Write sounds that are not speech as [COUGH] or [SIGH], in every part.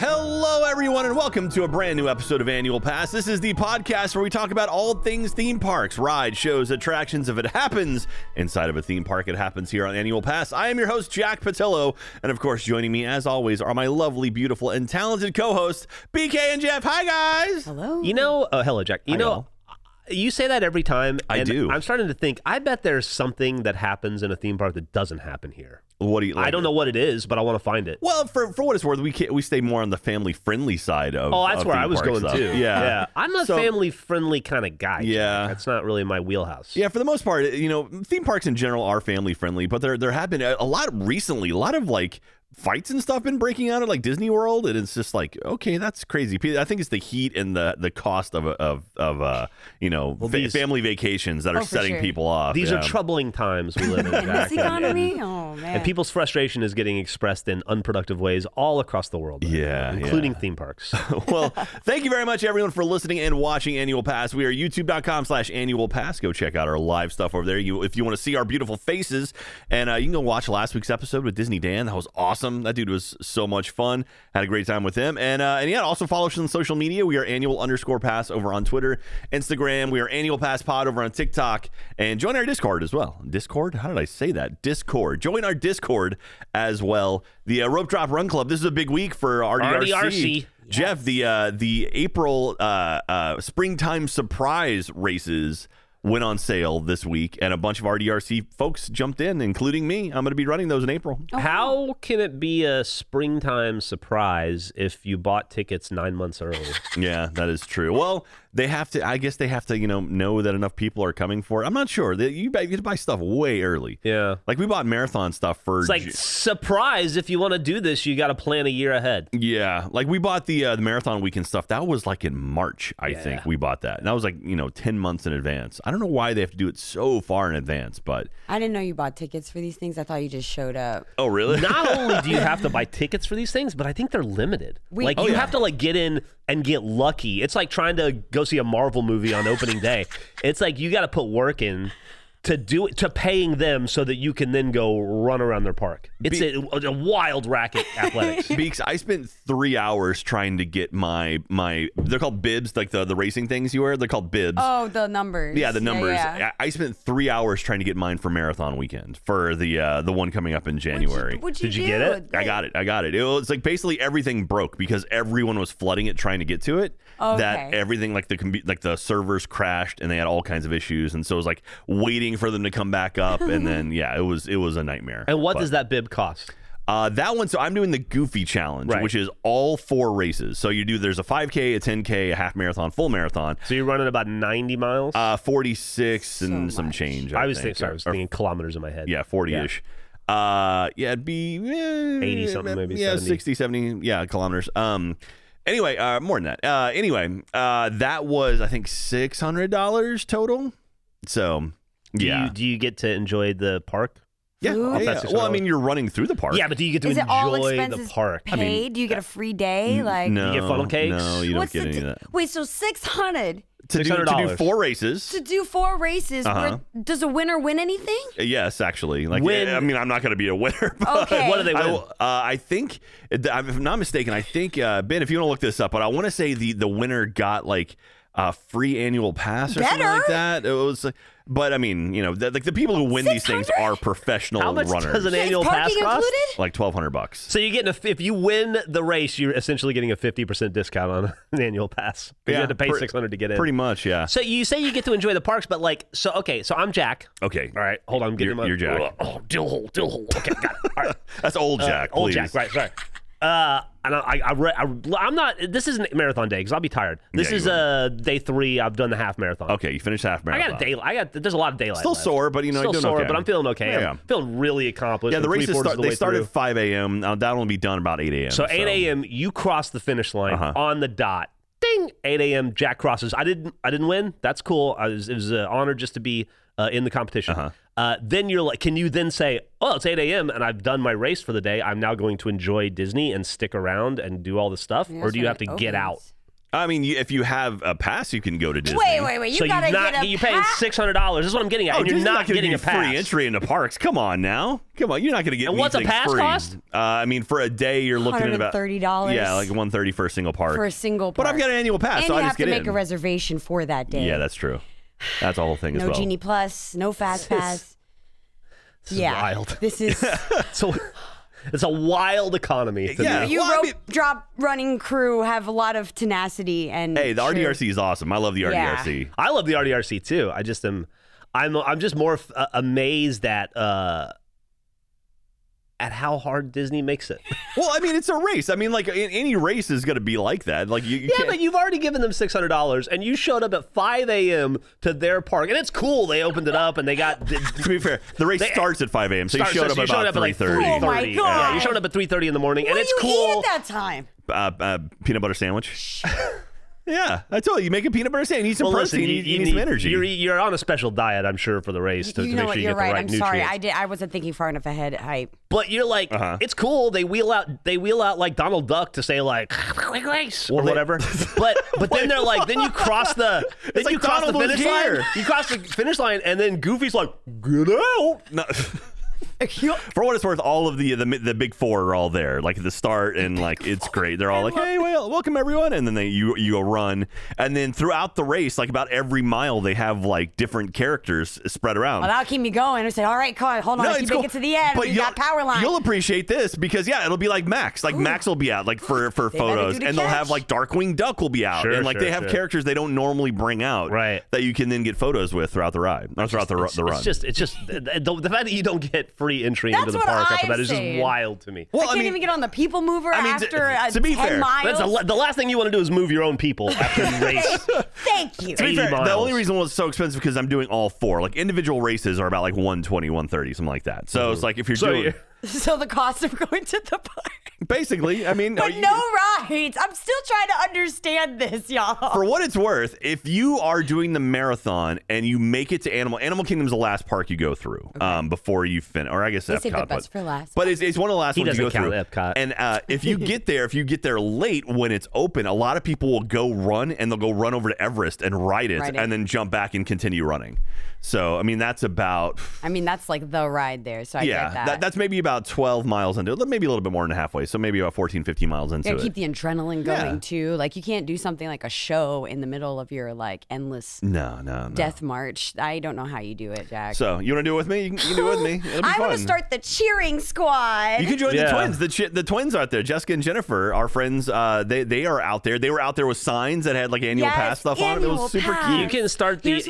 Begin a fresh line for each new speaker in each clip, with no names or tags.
Hello, everyone, and welcome to a brand new episode of Annual Pass. This is the podcast where we talk about all things theme parks, rides, shows, attractions. If it happens inside of a theme park, it happens here on Annual Pass. I am your host, Jack Patillo. And of course, joining me, as always, are my lovely, beautiful, and talented co hosts, BK and Jeff. Hi, guys.
Hello.
You know, oh, hello, Jack. You know, you say that every time.
I
and
do.
I'm starting to think. I bet there's something that happens in a theme park that doesn't happen here.
What do you
I don't know what it is, but I want to find it.
Well, for, for what it's worth, we ca we stay more on the family friendly side of.
Oh, that's
of
where
theme
I was
park
going
stuff.
to.
yeah.
I'm a
So-
family-friendly kind of guy. Jack.
Yeah.
that's not really my wheelhouse.
Yeah, for the most part, you know, theme parks in general are family friendly, but there there have been a, a lot recently, a lot of like fights and stuff been breaking out at like Disney World, and it's just like, okay, that's crazy. Pe- I think it's the heat and the the cost of of of uh, you know, fa-
these-
family vacations that are
Oh, for
setting
sure.
people off.
These
yeah.
are troubling times we
[LAUGHS]
live in.
in this
Jack, and-
economy?
and-
Oh man.
And people's frustration is getting expressed in unproductive ways all across the world. right now,
Yeah, yeah. Oh,
including
[LAUGHS]
theme parks.
well, thank you very much, everyone, for listening and watching Annual Pass. We are youtube.com slash annual pass. Go check out our live stuff over there you, if you want to see our beautiful faces. And uh, you can go watch last week's episode with Disney Dan. That was awesome. That dude was so much fun. Had a great time with him. And, uh, and yeah, also follow us on social media. We are annual underscore pass over on Twitter, Instagram. We are annual pass pod over on TikTok. And join our Discord as well. Discord? How did I say that? Discord. Join our Discord as well. The uh, Rope Drop Run Club. This is a big week for RDRC.
RDRC.
Jeff, the uh, the April uh, uh, springtime surprise races went on sale this week, and a bunch of RDRC folks jumped in, including me. I'm going to be running those in April.
How can it be a springtime surprise if you bought tickets nine months early?
Yeah, that is true. Well, they have to. I guess they have to, you know, know that enough people are coming for it. I'm not sure. They- You buy- you buy stuff way early.
yeah.
Like we bought marathon stuff for.
It's like
Ju-
surprise. If you want to do this, you got to plan a year ahead.
Yeah, like we bought the uh, the marathon weekend stuff. That was like in March, I
Yeah.
think we bought that, and that was like you know ten months in advance. I don't know why they have to do it so far in advance, but
I didn't know you bought tickets for these things. I thought you just showed up.
oh really?
Not
[LAUGHS]
only do you have to buy tickets for these things, but I think they're limited.
We-
like
Oh,
you
yeah.
have to like get in and get lucky. It's like trying to go see a Marvel movie on opening
[LAUGHS]
day. It's like you got to put work in to do it to paying them so that you can then go run around their park. It's
Be-
a, a
[LAUGHS]
wild racket athletics.
Beaks, I spent three hours trying to get my my. They're called bibs, like the the racing things you wear. They're called bibs.
Oh, the numbers.
Yeah, the numbers.
yeah.
I, I spent three hours trying to get mine for marathon weekend for the uh, the one coming up in January.
what'd you
Did you get
do?
it?
I got it. I got it. It was like basically everything broke because everyone was flooding it trying to get to it. That
Okay.
everything like the compu- like the servers crashed and they had all kinds of issues and so it was like waiting for them to come back up and
[LAUGHS]
then yeah, it was it was a nightmare.
and what
But,
does that bib cost?
uh, that one? So I'm doing the Goofy Challenge,
Right.
which is all four races. So you do there's a 5K, a 10K, a half marathon, full marathon.
So you're running about 90 miles?
Uh, 46 and some
much.
change. I,
I was
think,
thinking, sorry, I was
or-
thinking kilometers in my head.
yeah, 40 ish. Uh, yeah, it'd be eh,
80 something, maybe
Yeah,
70.
60, 70, yeah, kilometers. Um, anyway, uh, more than that. Uh, anyway, uh, that was I think six hundred dollars total. So,
Do
yeah,
You, do you get to enjoy the park?
yeah,
Ooh.
yeah, yeah.
That's
Well, I mean, you're running through the park.
Yeah, but do you get to
Is it all
enjoy the
expenses
park?
paid? do you get a free day? Like
no,
You get funnel cakes?
No, you don't
what's
get
the
any
di-
of that.
Wait, so six hundred
To do, to do
$600.
four races.
to do four races?
Uh-huh.
where- does a winner win anything?
Yes, actually. Like,
Win-
I mean, I'm not going to be a winner. [LAUGHS] But
Okay.
What do they
I,
win?
will- uh, I think, if I'm not mistaken, I think uh, Ben, if you want to look this up, but I want to say the the winner got like a free annual pass or something
Better?
like that. It was, like, but I mean, you know, the, like the people who win these things are professional
How much
runners.
does an
Is
annual pass
parking
cost?
included?
[LAUGHS] like twelve hundred bucks.
So you're getting a if you win the race, you're essentially getting a fifty percent discount on [LAUGHS] an annual pass. 'Cause
Yeah,
you had to pay
pre-
six hundred to get in.
Pretty much, yeah.
so you say you get to enjoy the parks, but like, so okay, so I'm Jack.
Okay,
All right, hold on, I'm getting
Oh. You're-
my
you're Jack.
Oh, dill hole, dill hole. Okay, got it.
[LAUGHS]
All right,
that's old
Uh,
Jack.
old
please.
Jack, right? Sorry. Uh, and I, I, I, re- I, am not. This isn't marathon day because I'll be tired. This
Yeah, you
is uh day three. I've done the half marathon.
Okay, you finished half
I
marathon.
got a day. I got. There's a lot of daylight.
Still
left.
sore, but you know,
Still
doing
sore,
okay.
but I'm feeling okay.
Yeah.
I'm feeling really accomplished.
Yeah, the
I'm
races
three-quarters
start.
of the
they
way
start
through.
at five a.m. Now that'll be done about eight a.m.
So 8 a.m. You cross the finish line
Uh-huh.
on the dot. Ding! 8 a.m. Jack crosses. I didn't. I didn't win. That's cool. I was, it was an honor just to be uh, in the competition.
Uh-huh.
Uh, then you're like, can you then say, oh, it's 8 a.m. and I've done my race for the day. I'm now going to enjoy Disney and stick around and do all the stuff,
Yeah,
or
that's
do you
when
have to
it
get out?
opens.
I mean, you, if you have a pass, you can go to Disney.
Wait, wait, wait. You
so
gotta
you're not
get a
you're paying
pass.
six hundred dollars. This is what I'm getting at.
Oh,
and you're
Disney's
not
gonna
getting a
give you
pass. [LAUGHS]
free entry into parks. Come on now, come on. You're not going to get.
And what's a
anything
pass
free.
cost?
Uh, I mean, for a day, you're looking at about
$130.
Yeah, like one thirty for a single park.
for a single. Park.
But I've got an annual pass,
and
so
you
I
have
just
to
get
make
in.
a reservation for that day.
yeah, that's true. That's the whole thing as
no
well.
Genie Plus, no Fast Pass.
This is
yeah,
wild.
[LAUGHS]
This is
So it's a wild economy. To
Yeah.
me.
you
Well, I
rope
mean-
drop running crew have a lot of tenacity and
Hey, the
true-
RDRC is awesome. I love the
Yeah.
RDRC.
I love the RDRC too. I just am. I'm. I'm just more f- uh, amazed at uh, at how hard Disney
[LAUGHS]
makes it.
Well, I mean, it's a race. I mean, like in, any race is going to be like that. Like you, you
Yeah,
can't.
but you've already given them six hundred dollars, and you showed up at five a.m. to their park, and it's cool. They opened it up, and they got. d-
to be fair, the race
They-
starts at 5 a.m., [LAUGHS] so you
starts-
showed up
you
at about
like
3.30.
3:30. Oh my
Yeah, you
God.
showed up at three thirty in the morning,
What
and
do
it's
you eat
cool.
at that time?
uh, uh, peanut butter sandwich. [LAUGHS] yeah, I told you, you make a peanut butter sandwich. You need some
Well,
protein.
listen,
you, need, you need e some energy.
You're, you're on a special diet, I'm sure, for the race to, to
you
make
know
sure
what?
you
You're
get the
right.
right
I'm sorry.
nutrients.
I did. I wasn't thinking far enough ahead.
[LAUGHS]
Hype.
But you're like,
Uh-huh.
it's cool. They wheel out, they wheel out like Donald Duck to say like, [LAUGHS] quick race or
they-
whatever. But
[LAUGHS]
but then they're like, then you cross the, then
like
you cross
Donald
the
was
finish
here.
line. You cross the finish line, and then Goofy's like, get out.
No. For what it's worth, all of the, the the big four are all there, like at the start, and like it's great. They're all like, "Hey, well, welcome everyone," and then they you you go run, and then throughout the race, like about every mile, they have like different characters spread around.
Well, that'll keep me going. I said, all right, Carl, hold on. if you
it's
make
cool.
it to the end,
But
you
you'll-
got power line.
You'll appreciate this because yeah, it'll be like Max. Like Max will be out like for for
better
photos,
do the
and they'll have like
catch.
Darkwing Duck will be out,
Sure,
and like they
sure,
have
sure.
characters they don't normally bring out,
Right.
That you can then get photos with throughout the ride, or throughout the, ru- the run.
It's just it's just the, the fact that you don't get free entry
That's
into the
what
park after
I'm
that is just
saying.
wild to me.
I can't even get on the people mover
I mean, to-
after uh,
to be
10
fair,
miles.
That's the la- the last thing you want to do is move your own people after
[LAUGHS]
you race.
Thank you.
To be
80
fair,
miles.
the only reason why it's so expensive because I'm doing all four. Like individual races are about like 120, 130, something like that. So it's like if you're
Mm-hmm. So
doing
you-
[LAUGHS] So the cost of going to the park.
[LAUGHS] basically, I mean, are
But
you-
no rides. I'm still trying to understand this, y'all.
for what it's worth, if you are doing the marathon and you make it to Animal Animal Kingdom's the last park you go through um, before you finish, or I guess
They
Epcot,
saved the best
but,
for last.
But it's, it's one of the last
He
ones you go
doesn't
through.
count Epcot.
And uh, if you
[LAUGHS]
get there, if you get there late when it's open, a lot of people will go run and they'll go run over to Everest and ride it,
Ride it.
and then jump back and continue running. So I mean, that's about
I mean, that's like the ride there, so I
yeah,
get that.
that's maybe about 12 miles into it, maybe a little bit more than halfway. So maybe about 14, 15 miles into
you
it.
gotta keep the adrenaline
Yeah.
going too. Like you can't do something like a show in the middle of your like endless
no, no, no.
death march. I don't know how you do it, Jack.
So you want to do it with me? You can, you can do it with me. It'll be
I
fun.
want to start the cheering squad.
You can join the
Yeah.
twins. The, chi- the twins are out there. Jessica and Jennifer, our friends, uh, they they are out there. They were out there with signs that had like annual
Yes,
pass stuff on it. It
annual
was super
pass.
You
cute.
can start the
Here's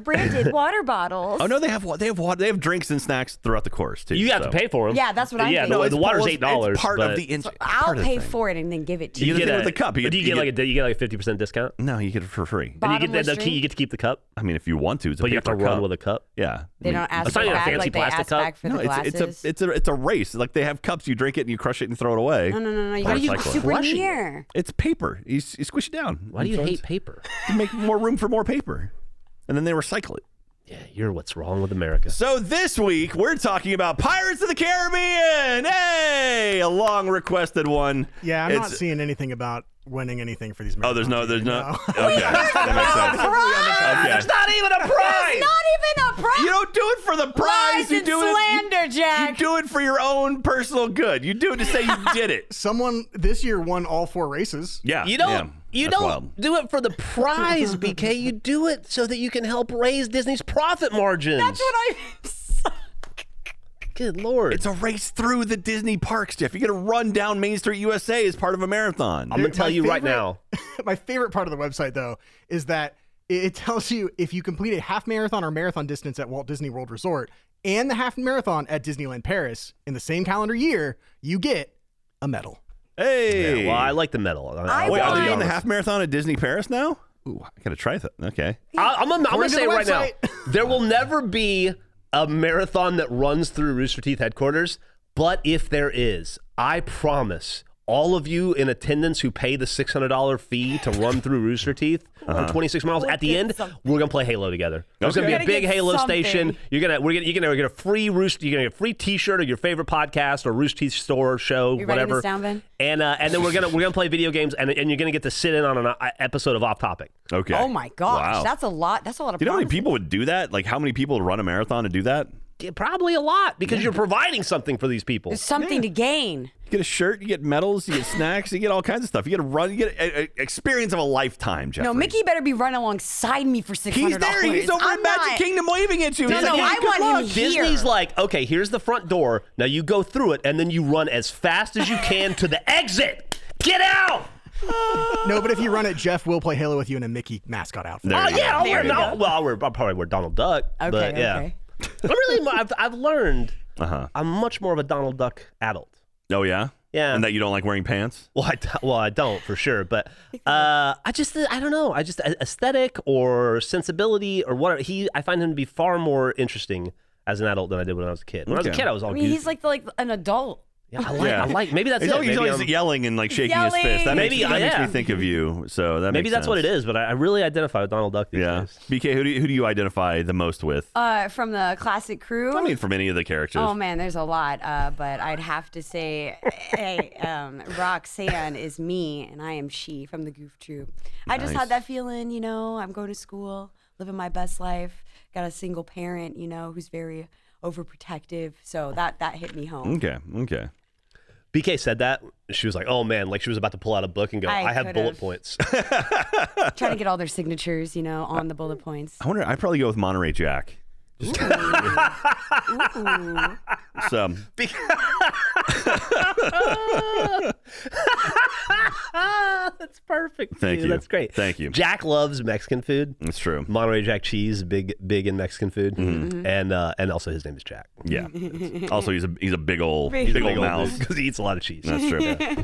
[LAUGHS]
branded water bottles.
Oh no, they have wa- they have water. They have drinks and snacks throughout the course too.
you have
so.
to pay for them.
Yeah, that's what I'm
Yeah,
thinking.
the,
No,
the
it's-
water's
well,
eight
it's-
dollars.
It's part of the in-
I'll
part of the
pay
thing.
for it and then give it to
You
you.
get the thing with the cup. You
but
get-
do you,
you
get,
get-
like a, do you get like a fifty percent discount?
No, you get it for free.
And you get
Bottomless
the, the key,
drink.
you get to keep the cup,
I mean, if you want to, it's a
but you have to
paper
run
cup.
with a cup.
Yeah,
They don't ask
It's
for
not even a
back
fancy
like they
plastic
ask
cup.
back for
No,
the
it's,
glasses.
it's a it's a it's a race. Like they have cups. You drink it and you crush it and throw it away.
no, no, no, no. You
Or
gotta
it's like
use
a-
super
Flushing.
near.
It's paper. You, s- you squish it down.
Why do you hate paper?
to make more room for more paper, and then they recycle it.
Yeah, you're what's wrong with America.
So this week we're talking about Pirates of the Caribbean. Hey, a long requested one.
Yeah, I'm not
It's-
seeing anything about winning anything for these.
Oh, there's no,
marathons
there's
either,
no. [LAUGHS] Okay, that makes sense. Okay.
[LAUGHS] There's not even a prize.
Not even a prize.
You don't do it for the prize.
Lies
You
and
do it.
slander,
You
Jack.
do it for your own personal good. You do it to say you
[LAUGHS]
did it.
Someone this year won all four races.
[LAUGHS] Yeah.
You don't.
yeah,
you
that's
don't
wild.
do it for the prize, BK. You do it so that you can help raise Disney's profit margins.
That's what I.
Good lord.
It's a race through the Disney parks, Jeff. You got to run down Main Street USA as part of a marathon.
I'm gonna tell
my
you right
favorite-
now.
My favorite part of the website though is that it it tells you if you complete a half marathon or marathon distance at Walt Disney World Resort and the half marathon at Disneyland Paris in the same calendar year, you get a medal.
hey.
Well, I like the medal. I,
I
Wait, are they
Why?
doing the half marathon at Disney Paris now? Ooh, I gotta try that. Okay.
I, am I'm gonna
According to
say it
the
right now,
website.
[LAUGHS] there will never be a marathon that runs through Rooster Teeth headquarters. But if there is, I promise all of you in attendance who pay the six hundred dollar fee to run through Rooster Teeth on
Uh-huh.
twenty six miles.
We'll
At the
get
end,
something.
we're gonna play Halo together. There's
Okay.
gonna be
We're
a
gonna
big
get
Halo
something.
station. You're gonna we're gonna you're gonna get a free roost. You're gonna get a free T-shirt of your favorite podcast or Rooster Teeth store show,
You writing
whatever.
this down, Ben?
And uh, and then we're gonna we're gonna play video games and and you're gonna get to sit in on an uh, episode of Off Topic.
Okay.
Oh my gosh,
Wow.
that's a lot. That's a lot of.
Do you know how many
promises.
people would do that? Like, how many people would run a marathon to do that?
Yeah, Probably a lot because you're providing something for these people.
There's something to gain.
You get a shirt, you get medals,
[LAUGHS]
you get snacks, you get all kinds of stuff. You get a run, you get a, a- experience of a lifetime, Jeffrey.
No, Mickey better be running alongside me for six
He's
hundred
there. He's over at Magic Kingdom waving at you.
No,
He's
no,
like,
I
"Hey, good
want
luck."
him here.
Disney's like, okay, here's the front door. Now you go through it, and then you run as
[LAUGHS]
fast as you can to the exit. Get out!
No, but if you run it, Jeff will play Halo with you in a Mickey mascot outfit.
There
oh
you go.
yeah, I'll
There
wear
you
no, well, I'll, wear, I'll probably wear Donald Duck.
Okay,
but, yeah.
okay.
But really, my- I've, I've learned I'm much more of a Donald Duck adult.
"Uh-huh." Oh yeah,
Yeah.
and that you don't like wearing pants.
Well, I d- well, I don't for sure, but
[LAUGHS]
uh, I just I don't know. I just a- aesthetic or sensibility or whatever. He I find him to be far more interesting as an adult than I did when I was a kid. When I was a
Okay.
kid, I was all
I mean,
goofy.
he's like the, like an adult.
Yeah, I like, I like. Maybe that's
He's
it.
always, he's
maybe
always
I'm-
yelling and like shaking his fist. That,
Yelling.
makes,
Maybe,
that makes
yeah.
me think of you. So that
maybe
makes
that's what it
sense.
is. But I, I really identify with Donald Duck these
Yeah.
days.
BK, who do you, who do you identify the most with?
Uh, from the classic crew.
I mean, from any of the characters.
Oh man, there's a lot, uh, but I'd have to say, hey, um, Roxanne is me, and I am she from the Goof Troop. I just
Nice.
had that feeling, you know, I'm going to school, living my best life, got a single parent, you know, who's very overprotective, so that that hit me home.
Okay. Okay.
BK said that she was like, "Oh man," like she was about to pull out a book and go, "I,
I
have
[LAUGHS]
could've.
bullet points." [LAUGHS]
Trying to get all their signatures, you know, on the bullet points.
I wonder. I probably go with Monterey Jack. Just so
that's perfect.
Thank
dude.
you.
That's great.
Thank you. Mm-hmm.
Jack loves Mexican food.
it's true.
Monterey Jack cheese, big big in Mexican food,
Mm-hmm.
and uh, and also his name is Jack.
Yeah. Also, he's a he's a big old big, old mouse.
because he eats a lot of cheese.
That's true.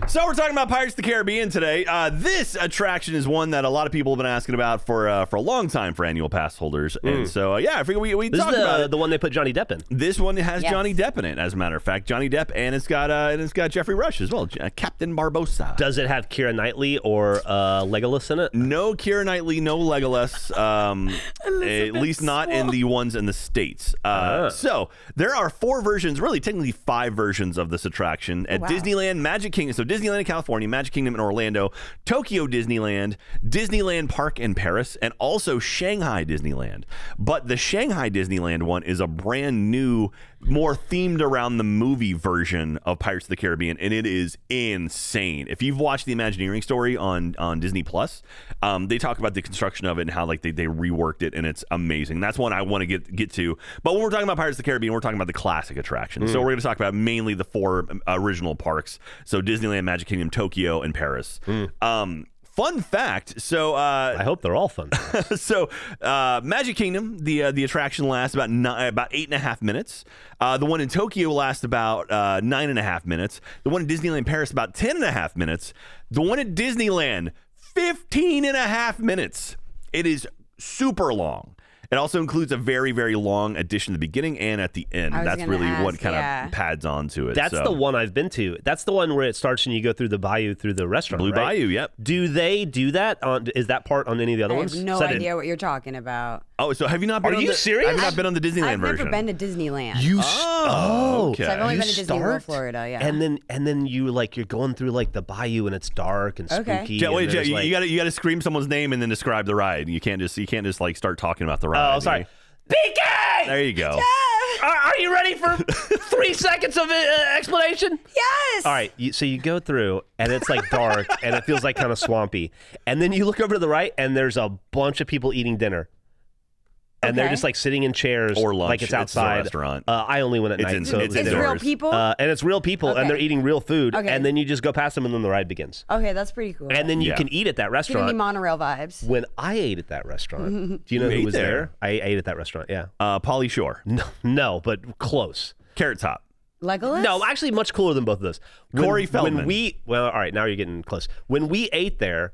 So we're talking about Pirates of the Caribbean today. Uh, this attraction is one that a lot of people have been asking about for uh, for a long time for annual pass holders, and so uh, yeah, I figured we we
Mm. This
talked
is
about
the,
it.
the one they put Johnny Depp in.
This one has
Yes.
Johnny Depp in it, as a matter of fact. Johnny Depp, and it's got uh, and it's got Jeffrey Rush as well, J- uh, Captain Barbosa.
Does it have Kira Knightley or uh, Legolas in it?
no Keira Knightley, no Legolas, um, at least not in the ones in the States. Uh, So there are four versions, really technically five versions of this attraction at Disneyland, Magic Kingdom. So Disneyland in California, Magic Kingdom in Orlando, Tokyo Disneyland, Disneyland Park in Paris, and also Shanghai Disneyland. But the Shanghai Disneyland one is a brand new, more themed around the movie version of Pirates of the Caribbean, and it is insane. If you've watched the Imagineering story on on Disney Plus, um, they talk about the construction of it and how like they, they reworked it, and it's amazing. That's one I want to get get to. But when we're talking about Pirates of the Caribbean, we're talking about the classic attractions. So we're going to talk about mainly the four um, original parks: so Disneyland, Magic Kingdom, Tokyo, and Paris. Um, fun fact: so uh,
I hope they're
[LAUGHS]
all fun.
so uh, Magic Kingdom, the uh, the attraction lasts about ni- about eight and a half minutes. Uh, the one in Tokyo lasts about uh, nine and a half minutes. The one in Disneyland Paris about ten and a half minutes. The one at Disneyland, 15 and a half minutes. It is super long. It also includes a very, very long addition at the beginning and at the end.
I was
That's
gonna
really what
ask,
kind
yeah.
of pads onto it.
That's
so.
the one I've been to. That's the one where it starts and you go through the bayou through the restaurant.
Blue
right?
Bayou, yep.
Do they do that? On is that part on any of the other
I have
ones?
no
Is that it?
idea what you're talking about.
Oh, so have you not been
Are
on
you
the,
serious?
Have you not been on the Disneyland
I've
version?
never been to Disneyland.
You s- oh,
okay.
So I've only
you
been to Disney World,
start,
Florida. Yeah.
and then and then you like you're going through like the bayou and it's dark and
Okay.
spooky.
Je-
and
wait, Je-
there's,
you-
like-
you gotta you gotta scream someone's name and then describe the ride. You can't just you can't just like start talking about the ride.
Oh, sorry.
There
PK,
you go.
are, are you
[LAUGHS]
ready for three seconds of uh, explanation?
yes.
All right, you, so you go through, and it's like dark, and it feels like kind of swampy. And then you look over to the right, and there's a bunch of people eating dinner, and they're
Okay.
just like sitting in chairs,
Or lunch.
like it's
It's a
outside
restaurant.
Uh, I only went at
It's
night,
in-
so it
it's
was
It's
indoors.
real
dinner.
people.
Uh, and it's real people,
Okay.
and they're eating real food,
Okay.
and then you just go past them, and then the ride begins,
okay, that's pretty cool.
and then you
Yeah.
can eat at that
giving me
restaurant.
monorail vibes.
When I ate at that restaurant, do you know
[LAUGHS] You
who
ate
was
there?
there? I ate at that restaurant. Yeah,
Uh, Polly Shore,
no, no, but close.
Carrot Top.
Legolas.
No, actually, much cooler than both of those. When,
Corey Feldman.
When we well, all right, now you're getting close. When we ate there,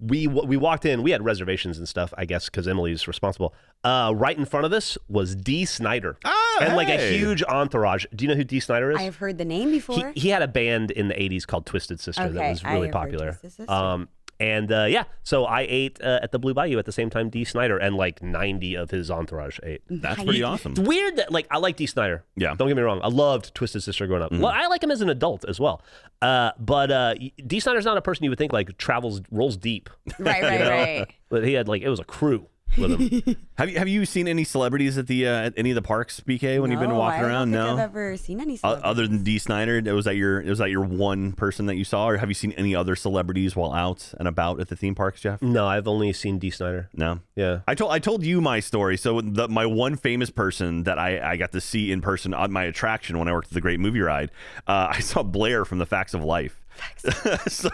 we w- we walked in. We had reservations and stuff, I guess, because Emily's responsible. Uh, right in front of us was D. Snyder.
Ah,
and like a
hey.
huge entourage. Do you know who D. Snyder is?
I have heard the name
he,
before.
he had a band in the 80s called Twisted Sister that
Okay,
was
I
really
have heard
popular.
Twisted Sister.
Um, and uh, yeah, so I ate uh, at the Blue Bayou at the same time D. Snyder and like 90 of his entourage ate.
That's pretty awesome.
It's weird that like I like D. Snyder.
Yeah. Mm-hmm.
Don't get me wrong. I loved Twisted Sister growing up. Well, I like him as an adult as well. Uh, but uh, D. Snyder's not a person you would think like travels
[LAUGHS]
rolls deep.
[LAUGHS] right, right, right.
But he had like it was a crew with
[LAUGHS]
him.
Have you have you seen any celebrities at the uh, at any of the parks, BK, when you've been
No,
walking
Oh, I
around?
don't think I've
No.
ever seen any.
O-
celebrities.
Other than D. Snyder, was that your was that your one person that you saw, or have you seen any other celebrities while out and about at the theme parks, Jeff?
no, I've only seen D. Snyder.
No.
Yeah.
I told I told you my story. So the, my one famous person that I, I got to see in person on my attraction when I worked at the Great Movie Ride, uh, [LAUGHS] I saw Blair from The Facts of Life. [LAUGHS] so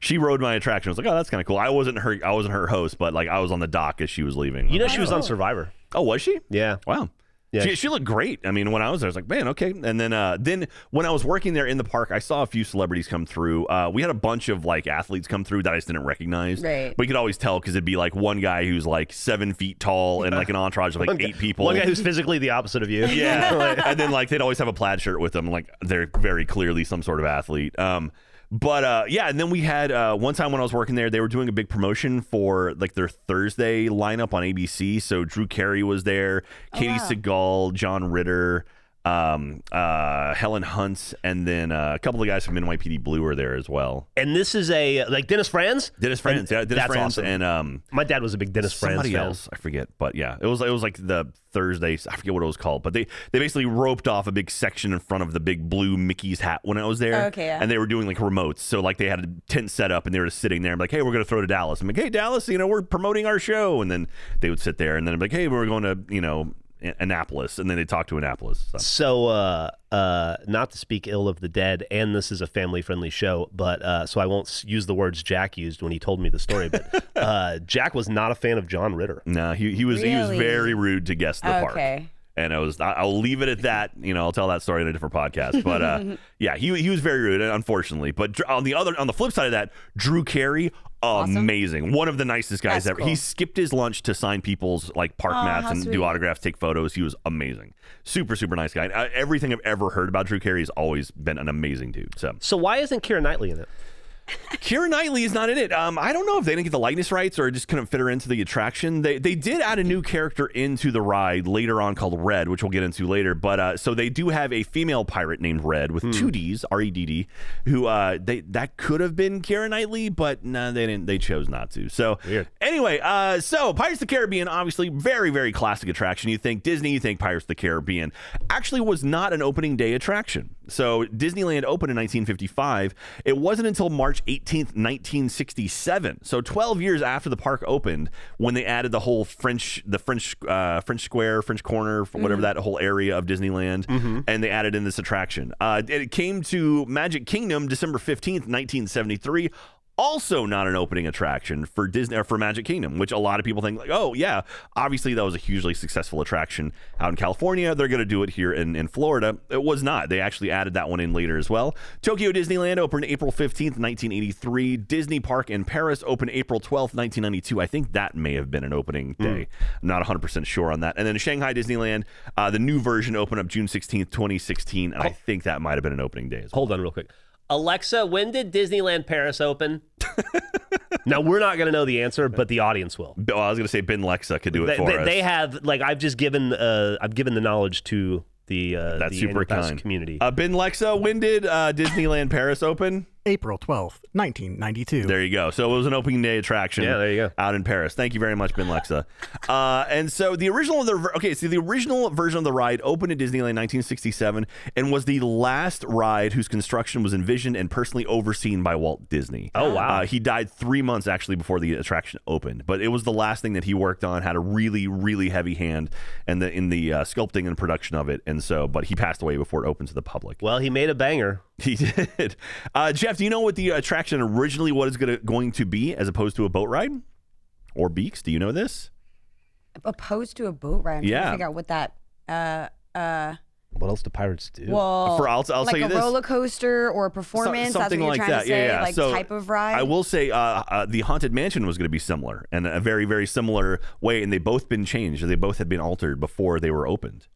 she rode my attraction. I was like, oh, that's kind of cool. I wasn't her I wasn't her host, but like I was on the dock as she was leaving.
You know she was on Survivor.
oh, was she?
Yeah.
Wow.
Yeah.
She, she looked great. I mean, when I was there, I was like, man, okay. And then, uh, then when I was working there in the park, I saw a few celebrities come through. Uh, we had a bunch of like athletes come through that I just didn't recognize.
Right.
But you could always tell because it'd be like one guy who's like seven feet tall and
[LAUGHS]
like an entourage of like eight people.
One guy who's physically the opposite of you. [LAUGHS]
yeah. and then like they'd always have a plaid shirt with them. Like they're very clearly some sort of athlete. Um, but uh, yeah, and then we had uh, one time when I was working there, they were doing a big promotion for like their Thursday lineup on ABC. So Drew Carey was there, Katie Seagal, John Ritter, um, uh, Helen Hunt, and then uh, a couple of guys from NYPD Blue were there as well.
And this is a like Dennis Franz.
Dennis Franz, yeah, Dennis
that's
Franz,
awesome.
and um,
My dad was a big Dennis Franz
somebody
fan.
else i forget but yeah it was it was like the thursday i forget what it was called but they they basically roped off a big section in front of the big blue mickey's hat when i was there
Oh, okay, yeah.
and they were doing like remotes so like they had a tent set up and they were just sitting there and like hey we're gonna throw to dallas i'm like hey dallas you know we're promoting our show and then they would sit there and then I'm like hey we're going to you know A- annapolis and then they talk to annapolis so.
So, uh, uh, not to speak ill of the dead, and this is a family-friendly show, but uh, so I won't s- use the words Jack used when he told me the
[LAUGHS]
story. But uh, Jack was not a fan of John Ritter.
no he, he was he was
Really?
very rude to guests at the park
Okay.
and I was I- I'll leave it at that. You know, I'll tell that story in a different podcast. But
[LAUGHS]
uh, yeah, he he was very rude, unfortunately. But Dr- on the other on the flip side of that, Drew Carey, amazing, one of the nicest guys
That's
ever. He
cool.
skipped his lunch to sign people's like park
Aw,
maps
how
and
sweet.
do autographs, take photos. He was amazing, super super nice guy. And, uh, everything I've ever heard about Drew Carey has always been an amazing dude. So
So why isn't Kira Knightley in it?
Kira Knightley is not in it. Um, I don't know if they didn't get the likeness rights or just couldn't fit her into the attraction. They they did add a new character into the ride later on called Red, which we'll get into later. But uh, so they do have a female pirate named Red with two D's, R E D D, who uh, they that could have been Kira Knightley, but no, they didn't. They chose not to. So
Weird.
Anyway, uh, so Pirates of the Caribbean, obviously, very very classic attraction. You think Disney, you think Pirates of the Caribbean. Actually, was not an opening day attraction. So Disneyland opened in 1955. It wasn't until March 18th, 1967. So 12 years after the park opened, when they added the whole French, the French, uh, French Square, French Corner, whatever that whole area of Disneyland, and they added in this attraction. Uh, it came to Magic Kingdom December 15th, 1973 also not an opening attraction for Disney or for Magic Kingdom, which a lot of people think like, oh yeah, obviously that was a hugely successful attraction out in California. They're going to do it here in, in Florida. It was not. They actually added that one in later as well. Tokyo Disneyland opened April 15th, 1983. Disney Park in Paris opened April 12th, 1992. I think that may have been an opening
Hmm.
day. I'm not 100% sure on that. And then Shanghai Disneyland, uh, the new version opened up June 16th, 2016.
Oh.
And I think that might have been an opening day as well.
Hold on, real quick. Alexa, when did Disneyland
[LAUGHS]
Paris open? now we're not going to know the answer, but the audience will.
Oh, I was going to say Ben Lexa could do it
They,
for
they-
us.
they have like I've just given uh, I've given the knowledge to the uh,
That's
the
super
annual pass
kind.
community.
Uh, ben Lexa, when did uh, Disneyland Paris open?
April 12th, 1992.
There you go. So it was an opening day attraction.
Yeah, there you go.
Out in Paris. Thank you very much, Ben Lexa. Uh, and so the original of the okay, so the original version of the ride opened at Disneyland in 1967 and was the last ride whose construction was envisioned and personally overseen by Walt Disney.
Oh, wow.
Uh, he died three months actually before the attraction opened, but it was the last thing that he worked on. Had a really, really heavy hand and the in the uh, sculpting and production of it. And so, but he passed away before it opened to the public.
well, he made a banger.
He [LAUGHS] did. Uh, Jeff, do you know what the attraction originally was gonna, going to be as opposed to a boat ride? Or beaks? Do you know this?
Opposed to a boat ride. I'm trying
Yeah.
to figure out what that. Uh, uh,
What else do pirates do?
well,
For- I'll- I'll
like
tell you
a
this.
roller coaster or a
So-
performance. that's what
something
you're
like
trying
that.
to say,
yeah, yeah.
like
so
type of ride.
I will say uh, uh, the haunted mansion was going to be similar in a very, very similar way, and they both been changed. They both had been altered before they were opened.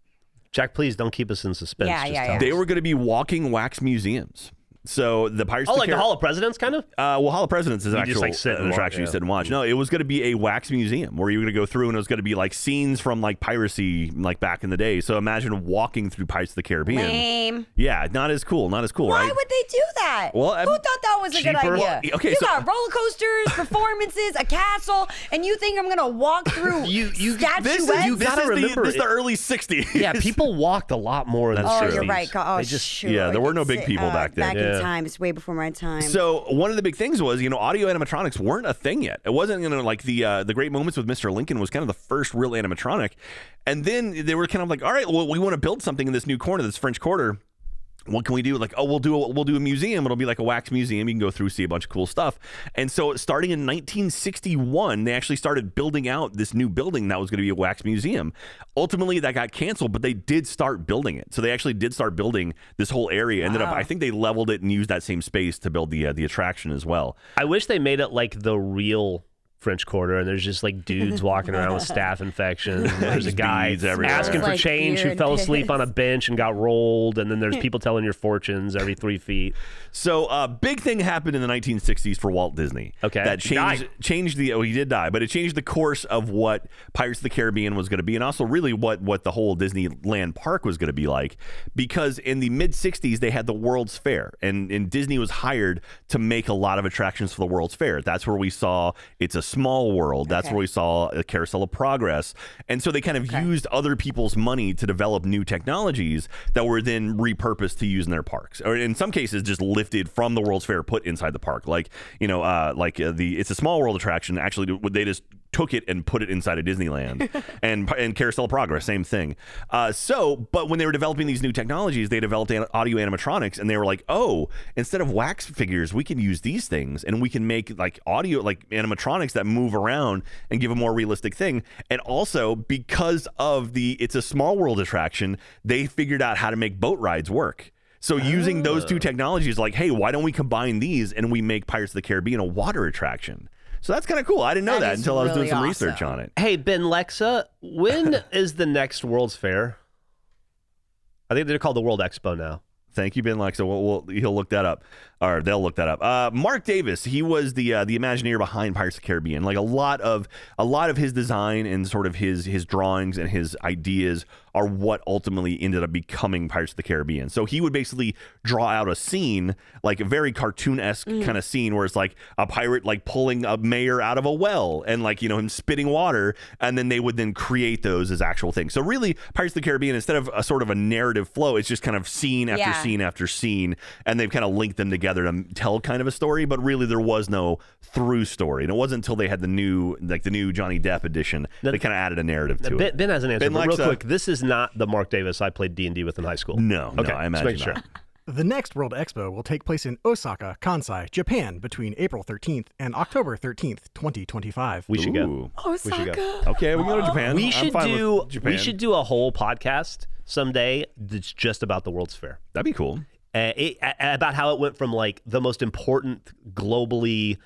Jack, please don't keep us in suspense.
Yeah,
Just
yeah,
tell
yeah.
us.
They were going to be walking wax museums. So the Pirates.
Oh,
of
like the
Car-
Hall of Presidents, kind of.
Uh, well, Hall of Presidents is an
You just,
actual
like, sit
uh,
and watch,
attraction you
yeah.
sit and watch. No, it was going to be a wax museum where you were going to go through and it was going to be like scenes from like piracy, like back in the day. So imagine walking through Pirates of the Caribbean.
Lame.
Yeah, not as cool. Not as cool,
Why
right?
would they do that?
Well, I'm-
who thought that was a good
Cheaper.
idea?
Well, okay,
you
so-
got
[LAUGHS]
roller coasters, performances, a castle, and you think I'm gonna
[LAUGHS]
walk through
You- you-
this
statuettes?
is,
You
this
gotta
is
remember
the, this is the
it-
early '60s.
[LAUGHS]
[LAUGHS]
Yeah, people walked a lot more. in the
That's
oh,
60s.
you're right. God, Oh,
They just
shoot,
yeah,
I
there were
didn't
no big
sit,
people
uh,
back then.
Back
Yeah.
in time, it's way before my time.
So one of the big things was, you know, audio animatronics weren't a thing yet. It wasn't you know like the uh, the Great Moments with Mr. Lincoln was kind of the first real animatronic, and then they were kind of like, all right, well, we want to build something in this new corner, this French Quarter. What can we do? Like, oh, we'll do a, we'll do a museum. It'll be like a wax museum. You can go through, see a bunch of cool stuff. And so, starting in 1961, they actually started building out this new building that was going to be a wax museum. Ultimately, that got canceled, but they did start building it. So they actually did start building this whole area. Ended up, I think they leveled it and used that same space to build the uh, the attraction as well.
I wish they made it like the real French Quarter, and there's just like dudes walking around
[LAUGHS]
with staph infections. and There's a
Just
guy
beads everywhere.
asking for
Like
change
beer
who
and
fell asleep on a bench and got rolled, and
[LAUGHS]
then there's people telling your fortunes every three feet.
So, uh, big thing happened in the 1960s for Walt Disney.
Okay.
that
He died.
changed changed the. Oh, he did die, but it changed the course of what Pirates of the Caribbean was going to be, and also really what what the whole Disneyland park was going to be like. Because in the mid 60s, they had the World's Fair, and and Disney was hired to make a lot of attractions for the World's Fair. That's where we saw It's a Small World. That's
Okay.
where we saw a Carousel of Progress, and so they kind of used other people's money to develop new technologies that were then repurposed to use in their parks, or in some cases just lifted from the World's Fair, put inside the park. Like you know, uh, like uh, the It's a Small World attraction. Actually, they just took it and put it inside of Disneyland, and and Carousel of Progress, same thing. Uh, so, but when they were developing these new technologies, they developed an- audio animatronics, and they were like, oh, instead of wax figures, we can use these things, and we can make like audio like animatronics that move around and give a more realistic thing. And also because of the It's a Small World attraction, they figured out how to make boat rides work. So using those
Ah.
two technologies, like, hey, why don't we combine these and we make Pirates of the Caribbean a water attraction? So that's kind of cool. I didn't know
That
that,
is
until I was doing
really
some research
awesome.
on it.
Hey, Ben Lexa, when [LAUGHS] is the next World's Fair? I think they're called the World Expo now.
Thank you, Ben Lexa. We'll, we'll, he'll look that up, or they'll look that up. Uh, Mark Davis, he was the uh, the Imagineer behind Pirates of the Caribbean. Like a lot of a lot of his design and sort of his his drawings and his ideas are what ultimately ended up becoming Pirates of the Caribbean. So he would basically draw out a scene, like a very cartoon esque kind of scene, where it's like a pirate like pulling a mayor out of a well and like you know him spitting water, and then they would then create those as actual things. So really, Pirates of the Caribbean instead of a sort of a narrative flow, it's just kind of scene after
Yeah.
scene after scene, and they've kind of linked them together to tell kind of a story. But really, there was no through story, and it wasn't until they had the new, like the new Johnny Depp edition,
Now-
they kind of added a narrative to
Ben,
it.
ben has an answer,
Ben
but real
Lexa.
quick, this is not the Mark Davis I played D and D with in high school.
No, no,
okay,
I
just making
imagine
sure.
not.
The next World Expo will take place in Osaka, Kansai, Japan between April 13th and October 13th, 2025.
We should go.
Ooh.
Osaka.
Okay, we can go to Japan.
Oh, We
I'm
should
fine with
do. We
Japan.
should do a whole podcast someday that's just about the World's Fair,
That'd be cool.
uh, it, a- about how it went from like the most important globally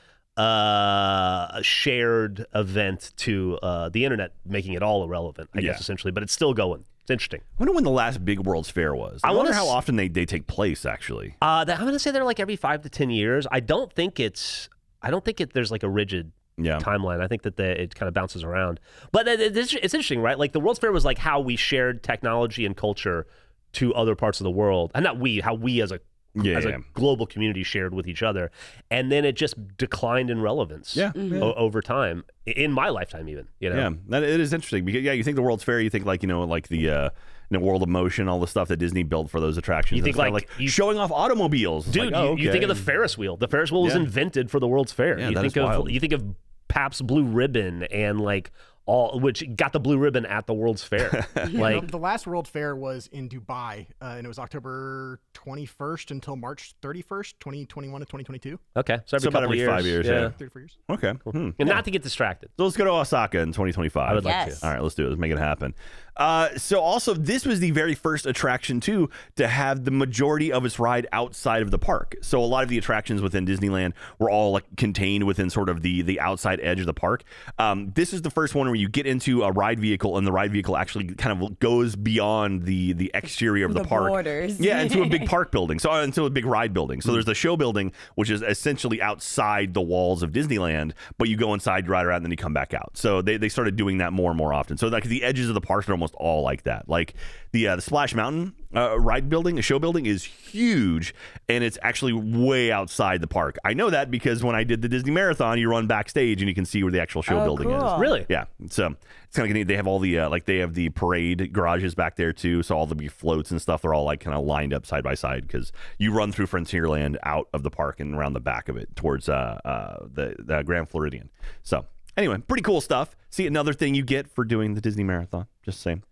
uh, shared event to uh, the internet making it all irrelevant. I
Yeah.
guess essentially, but it's still going. It's interesting.
I wonder when the last big World's Fair was. I,
I
wonder
wanna
how
s-
often they, they take place, actually.
Uh, that, I'm going to say they're like every five to ten years. I don't think it's. I don't think it, there's like a rigid
Yeah.
timeline. I think that the, it kind of bounces around. But it, it- it's, it's interesting, right? Like the World's Fair was like how we shared technology and culture to other parts of the world, and not we, how we as a
Yeah,
as
yeah.
a global community shared with each other, and then it just declined in relevance.
Yeah, yeah.
o- over time, I- in my lifetime, even you know.
Yeah, that it is interesting because yeah, you think the World's Fair, you think like you know like the uh, you know World of Motion, all the stuff that Disney built for those attractions.
You
and
think,
it's kinda
like, you-
showing off automobiles, It's
Dude,
like, oh,
you, you think of the
okay.
Ferris wheel. The Ferris wheel was
Yeah.
invented for the World's Fair.
Yeah,
you
that
think
is
of
wild.
you think of Pabst Blue Ribbon and like all which got the blue ribbon at the World's Fair.
[LAUGHS]
The-
like
Um, the last World Fair was in Dubai, uh, and it was October 21st until March 31st, 2021 to 2022.
okay, so every
So about
couple
every
years,
five years, yeah.
Three, four years.
Okay, hmm.
And not to get distracted.
So let's go to Osaka in 2025.
I would like
Yes.
to.
All right, let's do it. Let's make it happen. Uh, so, also, this was the very first attraction too to have the majority of its ride outside of the park. So, a lot of the attractions within Disneyland were all like contained within sort of the the outside edge of the park. Um, this is the first one where you get into a ride vehicle and the ride vehicle actually kind of goes beyond the the exterior of the,
The
park.
borders.
Yeah, into a big park building. So uh, into a big ride building. So there's the show building, which is essentially outside the walls of Disneyland, but you go inside, you ride around, and then you come back out. So they, they started doing that more and more often. So like the edges of the parks are almost all like that. Like the uh, the Splash Mountain uh, ride building, a show building is huge, and it's actually way outside the park. I know that because when I did the Disney Marathon, you run backstage and you can see where the actual show
Oh,
building is.
cool.
Really?
Yeah, so it's kind of neat. They have all the uh, like they have the parade garages back there too, so all the big floats and stuff. They're all like kind of lined up side by side because you run through Frontierland out of the park and around the back of it towards uh, uh, the the Grand Floridian. So anyway, pretty cool stuff. See another thing you get for doing the Disney Marathon. Just saying.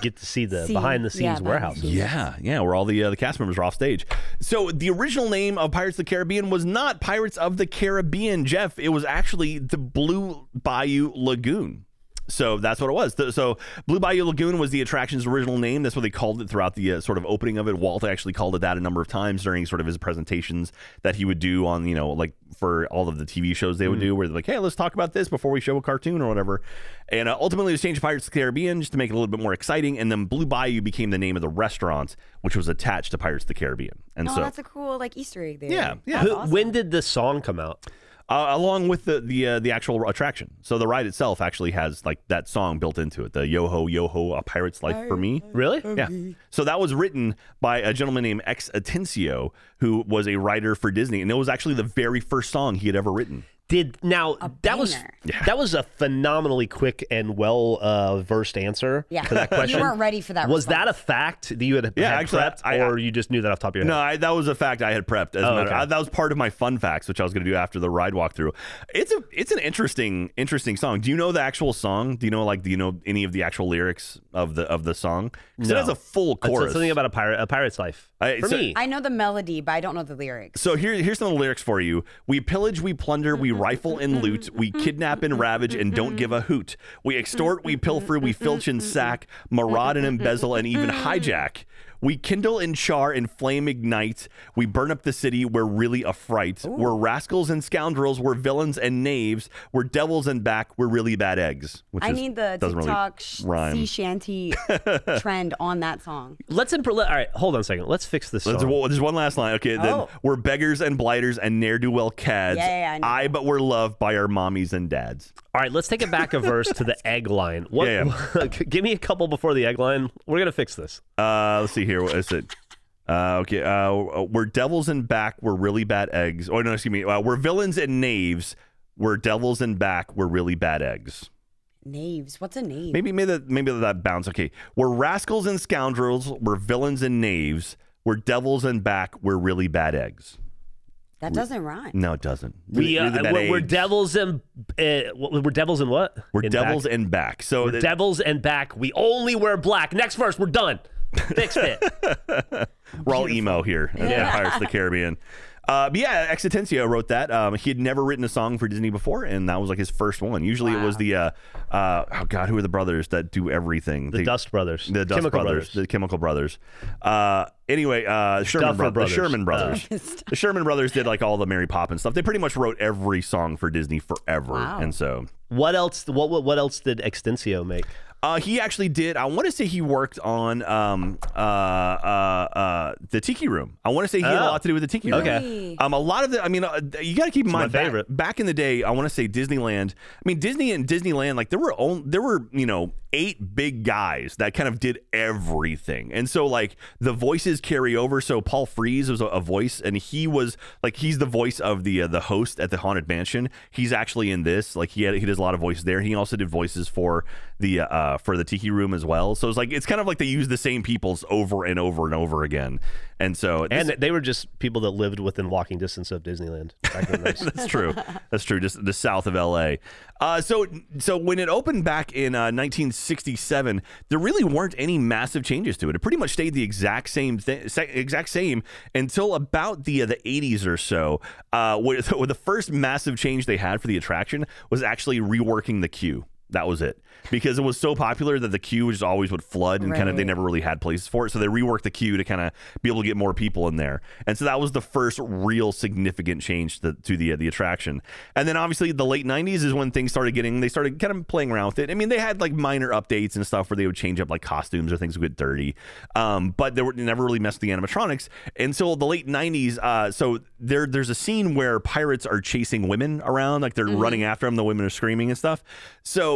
Get to see the
[LAUGHS] See,
behind the
yeah,
scenes
behind the
warehouse.
scenes.
Yeah, yeah, where all the uh, the cast members are off stage. So the original name of Pirates of the Caribbean was not Pirates of the Caribbean, Jeff. It was actually the Blue Bayou Lagoon. So that's what it was. Th- So Blue Bayou Lagoon was the attraction's original name. That's what they called it throughout the uh, sort of opening of it. Walt actually called it that a number of times during sort of his presentations that he would do on, you know, like for all of the TV shows they would
Mm-hmm.
do, where they're like, hey, let's talk about this before we show a cartoon or whatever. And uh, ultimately, it was changed to Pirates of the Caribbean just to make it a little bit more exciting. And then Blue Bayou became the name of the restaurant, which was attached to Pirates of the Caribbean. And
Oh,
so,
that's a cool like Easter egg there.
yeah, yeah.
Who, When did the song come out?
uh, along with the the uh, the actual attraction. So the ride itself actually has like that song built into it, the "Yo ho, yo ho, a pirate's life
Oh,
for me."
Really?
Yeah. So that was written by a gentleman named Ex Atencio, who was a writer for Disney, and it was actually the very first song he had ever written.
Did now that was
banger.
that was a phenomenally quick and well uh, versed answer
Yeah. [LAUGHS]
to that question.
You weren't ready for that.
Was that
response.
a fact that you had,
Yeah,
had
actually,
prepped,
I- I-
or you just knew that off the top of your
No,
head?
I, that was a fact I had prepped. As a
Oh,
matter,
okay.
I- that was part of my fun facts, which I was going to do after the ride walkthrough. It's a it's an interesting interesting song. Do you know the actual song? Do you know like do you know any of the actual lyrics of the of the song? 'Cause it
No.
has a full
It's- it's
chorus.
something about a pirate, a pirate's life.
I-
For
so-
me,
I know the melody, but I don't know the lyrics.
So here, here's some of the lyrics for you. We pillage, we plunder, we rifle and loot,
[LAUGHS]
we kidnap and ravage, and don't give a hoot. We extort, we pilfer, we filch and sack, maraud and embezzle, and even hijack. We kindle and char and flame ignite. We burn up the city. We're really a fright. We're rascals and scoundrels. We're villains and knaves. We're devils and back. We're really bad eggs. Which
I
is-
need the
doesn't really
TikTok sh
rhyme.
sea shanty
[LAUGHS]
trend on that song.
let's improve. All right, hold on a second. Let's fix this.
There's,
song.
one- there's one last line. Okay, then
Oh.
we're beggars and blighters and ne'er do well cads.
Yeah, yeah, yeah, I know.
I but we're loved by our mommies and dads.
All right, let's take it back a verse
[LAUGHS]
to the egg line. What,
Yeah,
[LAUGHS] give me a couple before the egg line. We're gonna fix this.
Uh, let's see here. What is it? Uh, okay. Uh, we're devils and back. We're really bad eggs. Oh no, excuse me. Uh, we're villains and knaves. We're devils and back. We're really bad eggs.
Knaves. What's a knave?
Maybe maybe that maybe that bounce. Okay. We're rascals and scoundrels. We're villains and knaves. We're devils and back. We're really bad eggs.
that doesn't rhyme.
No, it doesn't.
We
Really-
uh,
really bad
we're, we're
eggs.
devils and uh, what- we're devils and what?
We're
And
devils
back.
and back. So
we're
that-
devils and back. We only wear black. Next verse. We're done.
[LAUGHS]
Fixed it.
We're all emo here at
Yeah.
Pirates of the Caribbean. Uh, but yeah, Exitencio wrote that. Um, he had never written a song for Disney before, and that was like his first one. Usually it was the, uh, uh, oh God, who are the brothers that do everything?
The Dust Brothers.
The Dust
Chemical
brothers, The Chemical Brothers. Uh, anyway, uh, Sherman
Duffer
Brothers.
Brothers. Uh,
The Sherman
[LAUGHS]
Brothers. the Sherman Brothers did like all the Mary Poppins stuff. They pretty much wrote every song for Disney forever.
Wow.
And so
What else? What, what what else did Extensio make?
uh, he actually did. I want to say he worked on um, uh, uh, uh, the Tiki Room. I want to say he had a
Oh.
lot to do with the Tiki Room.
Okay.
Really?
Um, a lot of the. I mean, uh, you got to keep in
my
mind. back-
favorite.
Back, in the day, I want to say Disneyland. I mean, Disney and Disneyland. Like there were only there were you know eight big guys that kind of did everything, and so like the voices carry over. So Paul Frees was a, a voice, and he was like he's the voice of the uh, the host at the Haunted Mansion. He's actually in this. Like he had he does a lot of voices there. He also did voices for the uh, for the Tiki Room as well. So it's like it's kind of like they use the same peoples over and over and over again, and so
And they were just people that lived within walking distance of Disneyland. Back
[LAUGHS]
in the days.
That's true. That's true. Just the south of LA. Uh, so, so when it opened back in uh, 1967, there really weren't any massive changes to it. It pretty much stayed the exact same thing, sa- exact same until about the uh, the 80s or [LAUGHS] so. Uh, where, so the first massive change they had for the attraction was actually reworking the queue. That was it because it was so popular that the queue just always would flood and kind of they
Right.
never really had places for it. So they reworked the queue to kind of be able to get more people in there. And so that was the first real significant change to, to the uh, the attraction. And then obviously the late 90s is when things started getting they started kind of playing around with it. I mean they had like minor updates and stuff where they would change up like costumes or things would get dirty. Um, but they were they never really messed with the animatronics until the late 90s. Uh, so there there's a scene where pirates are chasing women around like they're running after them. The women are screaming and stuff. So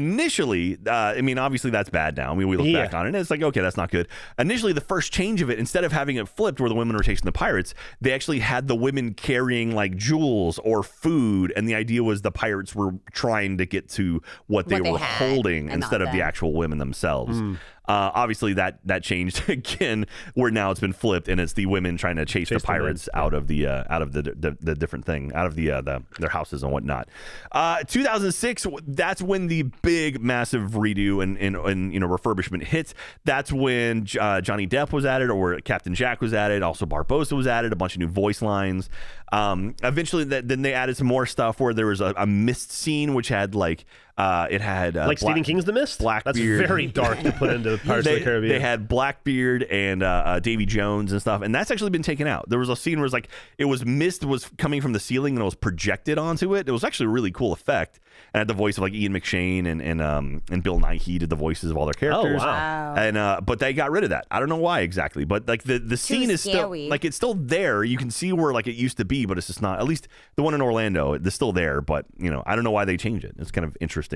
initially, uh, I mean, obviously that's bad now. I mean, we look
Yeah.
back on it and it's like, okay, that's not good. Initially, the first change of it, instead of having it flipped where the women were chasing the pirates, they actually had the women carrying like jewels or food. And the idea was the pirates were trying to get to what they
What they
were
had
holding
and not
instead of the
them.
actual women themselves.
Hmm.
Uh, obviously, that that changed [LAUGHS] again, where now it's been flipped, and it's the women trying to chase, the
the men,
pirates out of the uh, out of the, the the different thing, out of the uh, the their houses and whatnot. Uh, 2006, w- that's when the big massive redo and and, and you know refurbishment hits. That's when J- uh, Johnny Depp was added, or Captain Jack was added. Also, Barbosa was added. A bunch of new voice lines. Um, eventually, that then they added some more stuff where there was a, a mist scene, which had like uh, it had uh,
like
black-
Stephen King's The Mist. That's
Blackbeard. [LAUGHS]
very dark to put into Pirates
they,
of the Caribbean.
they had Blackbeard and uh, uh, Davy Jones and stuff, and that's actually been taken out. There was a scene where it's like it was mist was coming from the ceiling and it was projected onto it. It was actually a really cool effect, and had the voice of like Ian McShane and and um and Bill Nighy did the voices of all their characters.
Oh, wow.
And uh, but they got rid of that. I don't know why exactly, but like the the scene is
scary.
still like it's still there. You can see where like it used to be, but it's just not. At least the one in Orlando, it's still there. But you know, I don't know why they changed it. It's kind of interesting.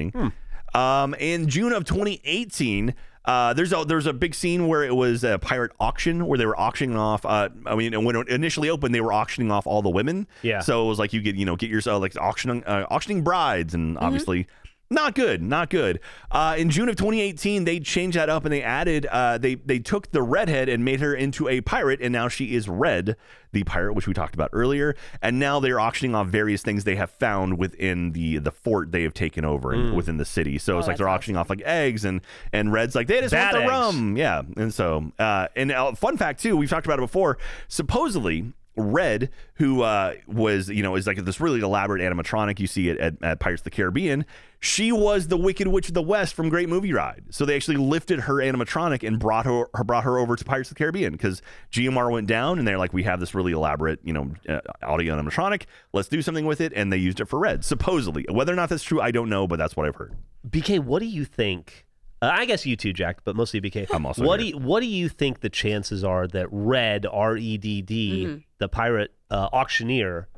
Um, in June of 2018, uh, there's a there's a big scene where it was a pirate auction where they were auctioning off. Uh, I mean, when it initially opened, they were auctioning off all the women.
Yeah.
So it was like you could you know get yourself like auctioning uh, auctioning brides and
Mm-hmm.
obviously. Not good, not good. Uh, in June of 2018, they changed that up and they added, uh, they they took the redhead and made her into a pirate, and now she is Red, the pirate, which we talked about earlier. And now they're auctioning off various things they have found within the the fort they have taken over
Mm.
and within the city. So it's like they're auctioning off like eggs and and Red's like they just
Oh, Bad
want the
eggs.
rum, Mm, yeah. And so, uh, and uh, fun fact too, we've talked about it before. Supposedly, Red, who uh, was, you know, is like this really elaborate animatronic you see at, at, at Pirates of the Caribbean. She was the Wicked Witch of the West from Great Movie Ride. So they actually lifted her animatronic and brought her, her brought her over to Pirates of the Caribbean because GMR went down and they're like, we have this really elaborate, you know, uh, audio animatronic. Let's do something with it, and they used it for Red. Supposedly, whether or not that's true, I don't know, but that's what I've heard.
BK, what do you think? Uh, I guess you too, Jack, but mostly BK.
[LAUGHS] I'm also
What
here.
do you, What do you think the chances are that Red R E D
Mm-hmm.
D, the pirate uh, auctioneer,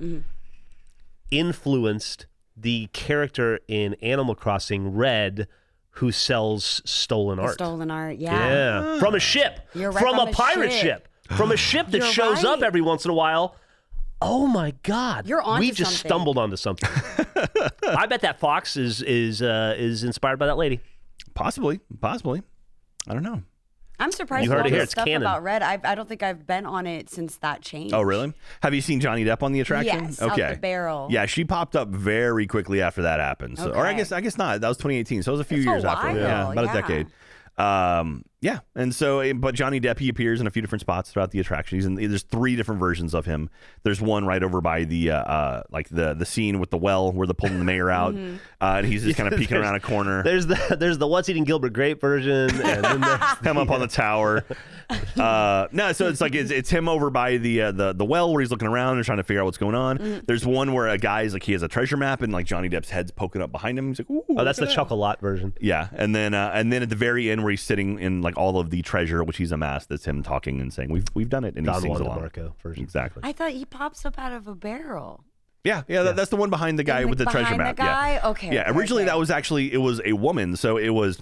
influenced the character in Animal Crossing Red, who sells stolen
The
art?
Stolen art, yeah.
Yeah, from a ship,
You're right,
from,
from
a
a
pirate
ship.
ship, from a ship that
You're
shows up
right.
every once in a while. Oh my God!
You're onto
We just
something.
stumbled onto [LAUGHS] something. I bet that fox is is uh, is inspired by that lady.
Possibly, possibly. I don't know.
I'm surprised
You
with
heard
all
it here,
this
it's
stuff
canon.
about Red. I, I don't think I've been on it since that change.
Oh, really? Have you seen Johnny Depp on the attraction?
Yes, out the barrel.
Yeah, she popped up very quickly after that happened. So, Or I
Okay.
guess I guess not. That was 2018, so it was a few
That's a
years after.
while,
Yeah, about a
yeah.
decade. Um, yeah, and so eh, but Johnny Depp he appears in a few different spots throughout the attraction. He's in eh, there's three different versions of him. There's one right over by the uh, uh like the the scene with the well where they're pulling the mayor out,
Mm-hmm.
uh, and he's just [LAUGHS] kind of peeking
There's-
around a corner.
There's the [LAUGHS] there's the what's eating Gilbert Grape version, and then there's
[LAUGHS] him up on the tower. Uh, no, so it's like it's, it's him over by the uh, the the well where he's looking around and trying to figure out what's going on.
Mm-hmm.
There's one where a guy's like he has a treasure map and like Johnny Depp's head's poking up behind him. He's like, Ooh,
[LAUGHS] oh, that's the
look at that."
Chocolat version.
Yeah, and then uh, and then at the very end where he's sitting in like all of the treasure which he's amassed, that's him talking and saying, "We've we've done it," and he
Don
sings
Juan
along.
DeMarco version.
Exactly.
I thought he pops up out of a barrel.
Yeah, yeah, that- that's the one behind the guy
like,
with the treasure
behind
map.
the
Yeah.
guy? Okay,
Yeah,
okay,
originally
okay.
that was actually it was a woman, so it was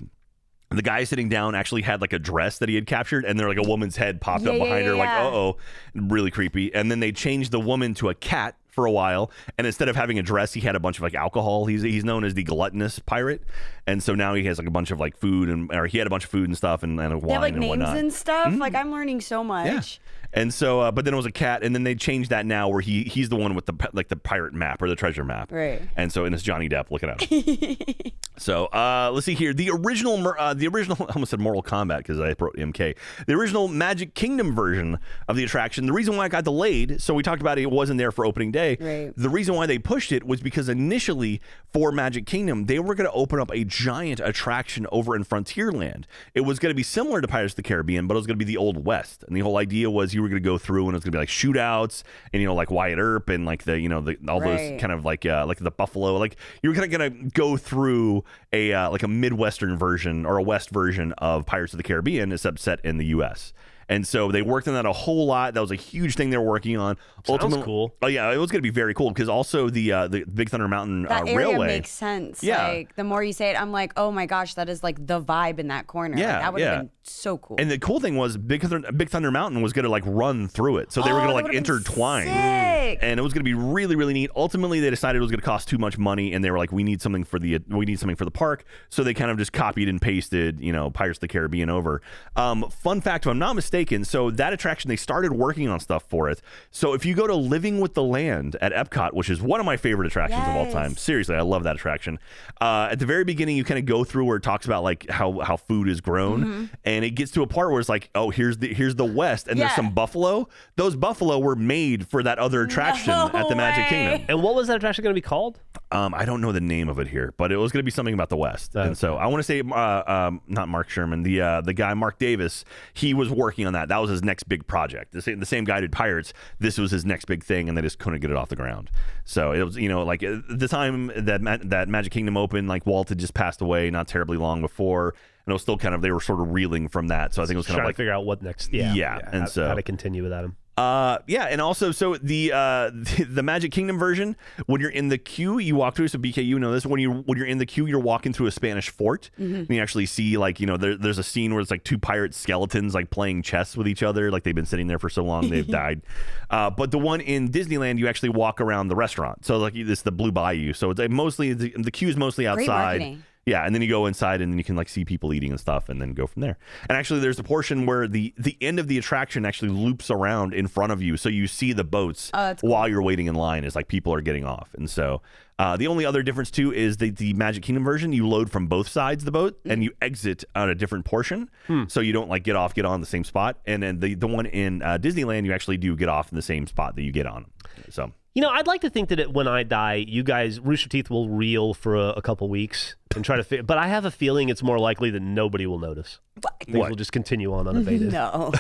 the guy sitting down actually had like a dress that he had captured, and there like a woman's head popped up
Yeah, yeah,
behind her,
yeah,
like
yeah.
uh oh, really creepy. And then they changed the woman to a cat for a while, and instead of having a dress, he had a bunch of like alcohol. He's he's known as the gluttonous pirate, and so now he has like a bunch of like food and or he had a bunch of food and stuff and, and wine
They have like
and
names
whatnot. Mm.
and stuff. Like I'm learning so much.
Yeah. And so, uh, but then it was a cat, and then they changed that now where he he's the one with the pi- like the pirate map or the treasure map,
Right.
And so, and it's Johnny Depp looking at him. so uh, let's see here the original mer- uh, the original [LAUGHS] I almost said Mortal Kombat because I wrote MK the original Magic Kingdom version of the attraction. The reason why it got delayed, so we talked about it, it wasn't there for opening day.
Right.
The reason why they pushed it was because initially for Magic Kingdom, they were going to open up a giant attraction over in Frontierland. It was going to be similar to Pirates of the Caribbean, but it was going to be the Old West. And the whole idea was you were going to go through and it was going to be like shootouts and, you know, like Wyatt Earp and like the, you know, the, all
Right.
those kind of like, uh, like the Buffalo, like you're kind of going to go through a, uh, like a Midwestern version or a West version of Pirates of the Caribbean, except set in the U.S. And so they worked on that a whole lot. That was a huge thing they're working on.
Sounds cool.
Oh yeah, it was going to be very cool because also the uh, the Big Thunder Mountain
That
uh,
area
railway.
makes sense.
Yeah.
Like the more you say it, I'm like, oh my gosh, that is like the vibe in that corner. Like,
Yeah,
that would have
yeah.
been so cool.
and the cool thing was Big Thunder, Big Thunder Mountain was going to like run through it, so they were
Oh,
going to
that
like
would've been
intertwine,
sick.
[LAUGHS] and it was going to be really really neat. Ultimately, they decided it was going to cost too much money, and they were like, we need something for the we need something for the park, so they kind of just copied and pasted, you know, Pirates of the Caribbean over. Um, fun fact, if I'm not mistaken, so that attraction they started working on stuff for it. So if you go to Living with the Land at Epcot, which is one of my favorite attractions of all
Yes.
time, Seriously, I love that attraction. Uh, at the very beginning, you kind of go through where it talks about like how how food is grown,
Mm-hmm.
and it gets to a part where it's like, oh, here's the here's the West, and there's
Yeah.
some buffalo. Those buffalo were made for that other attraction
No
at the Magic
way.
Kingdom.
And what was that attraction going to be called?
Um, I don't know the name of it here, but it was going to be something about the West, and so I want to say, uh, um, not Mark Sherman, the uh, the guy Mark Davis. He was working on that. That was his next big project. The same, the same guy did Pirates. This was his next big thing, and they just couldn't get it off the ground. So it was, you know, like uh, the time that Ma- that Magic Kingdom opened, like Walt had just passed away not terribly long before, and it was still kind of they were sort of reeling from that. So I think it was kind
Trying
of
to
like
figure out what next. Yeah,
Yeah, and
how,
so-
how to continue without him.
uh, yeah, and also so the uh [LAUGHS] the, the Magic Kingdom version, when you're in the queue, you walk through. So BK, you know this. When you when you're in the queue, you're walking through a Spanish fort, and you actually see like you know there, there's a scene where it's like two pirate skeletons like playing chess with each other, like they've been sitting there for so long they've died. Uh, but the one in Disneyland, you actually walk around the restaurant. So like this the Blue Bayou. So it's like, mostly the, the queue is mostly outside.
marketing.
Yeah, and then you go inside and then you can like see people eating and stuff and then go from there. And actually there's a portion where the the end of the attraction actually loops around in front of you so you see the boats
that's
while you're waiting in line as like people are getting off. And so uh, the only other difference too is the, the Magic Kingdom version you load from both sides of the boat and you exit on a different portion
Hmm.
so you don't like get off get on the same spot and then the the one in uh, Disneyland you actually do get off in the same spot that you get on. So
You know, I'd like to think that it, when I die, you guys, Rooster Teeth will reel for a, a couple weeks and try to. Fi- but I have a feeling it's more likely that nobody will notice. Things
What?
will just continue on unabated.
no.
[LAUGHS]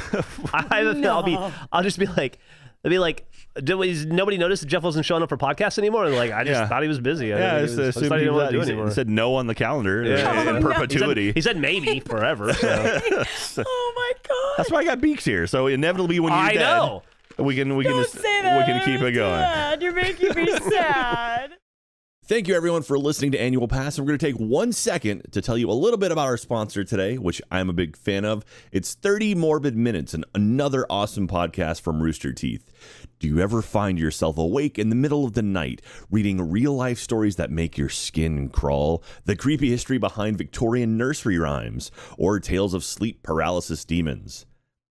I have a feel- I'll be. I'll just be like. I'll be like. "Did we- is nobody noticed that Jeff wasn't showing up for podcasts anymore? And like, I just
Yeah.
thought he was busy. I
yeah,
didn't
it's,
think he was- I just thought he didn't want to do anymore.
He said no on the calendar
Yeah.
[LAUGHS]
[LAUGHS]
in
He said-
perpetuity.
He said, [LAUGHS] maybe forever. So.
oh my god.
That's why I got beaks here. So inevitably, when you're
I
dead,
know.
we can we can
Don't
just,
say that.
we can keep it going.
Dad, You're making me sad.
Thank you, everyone, for listening to Annual Pass. And we're going to take one second to tell you a little bit about our sponsor today, which I'm a big fan of. It's 30 Morbid Minutes, and another awesome podcast from Rooster Teeth. Do you ever find yourself awake in the middle of the night reading real life stories that make your skin crawl? The creepy history behind Victorian nursery rhymes, or tales of sleep paralysis demons?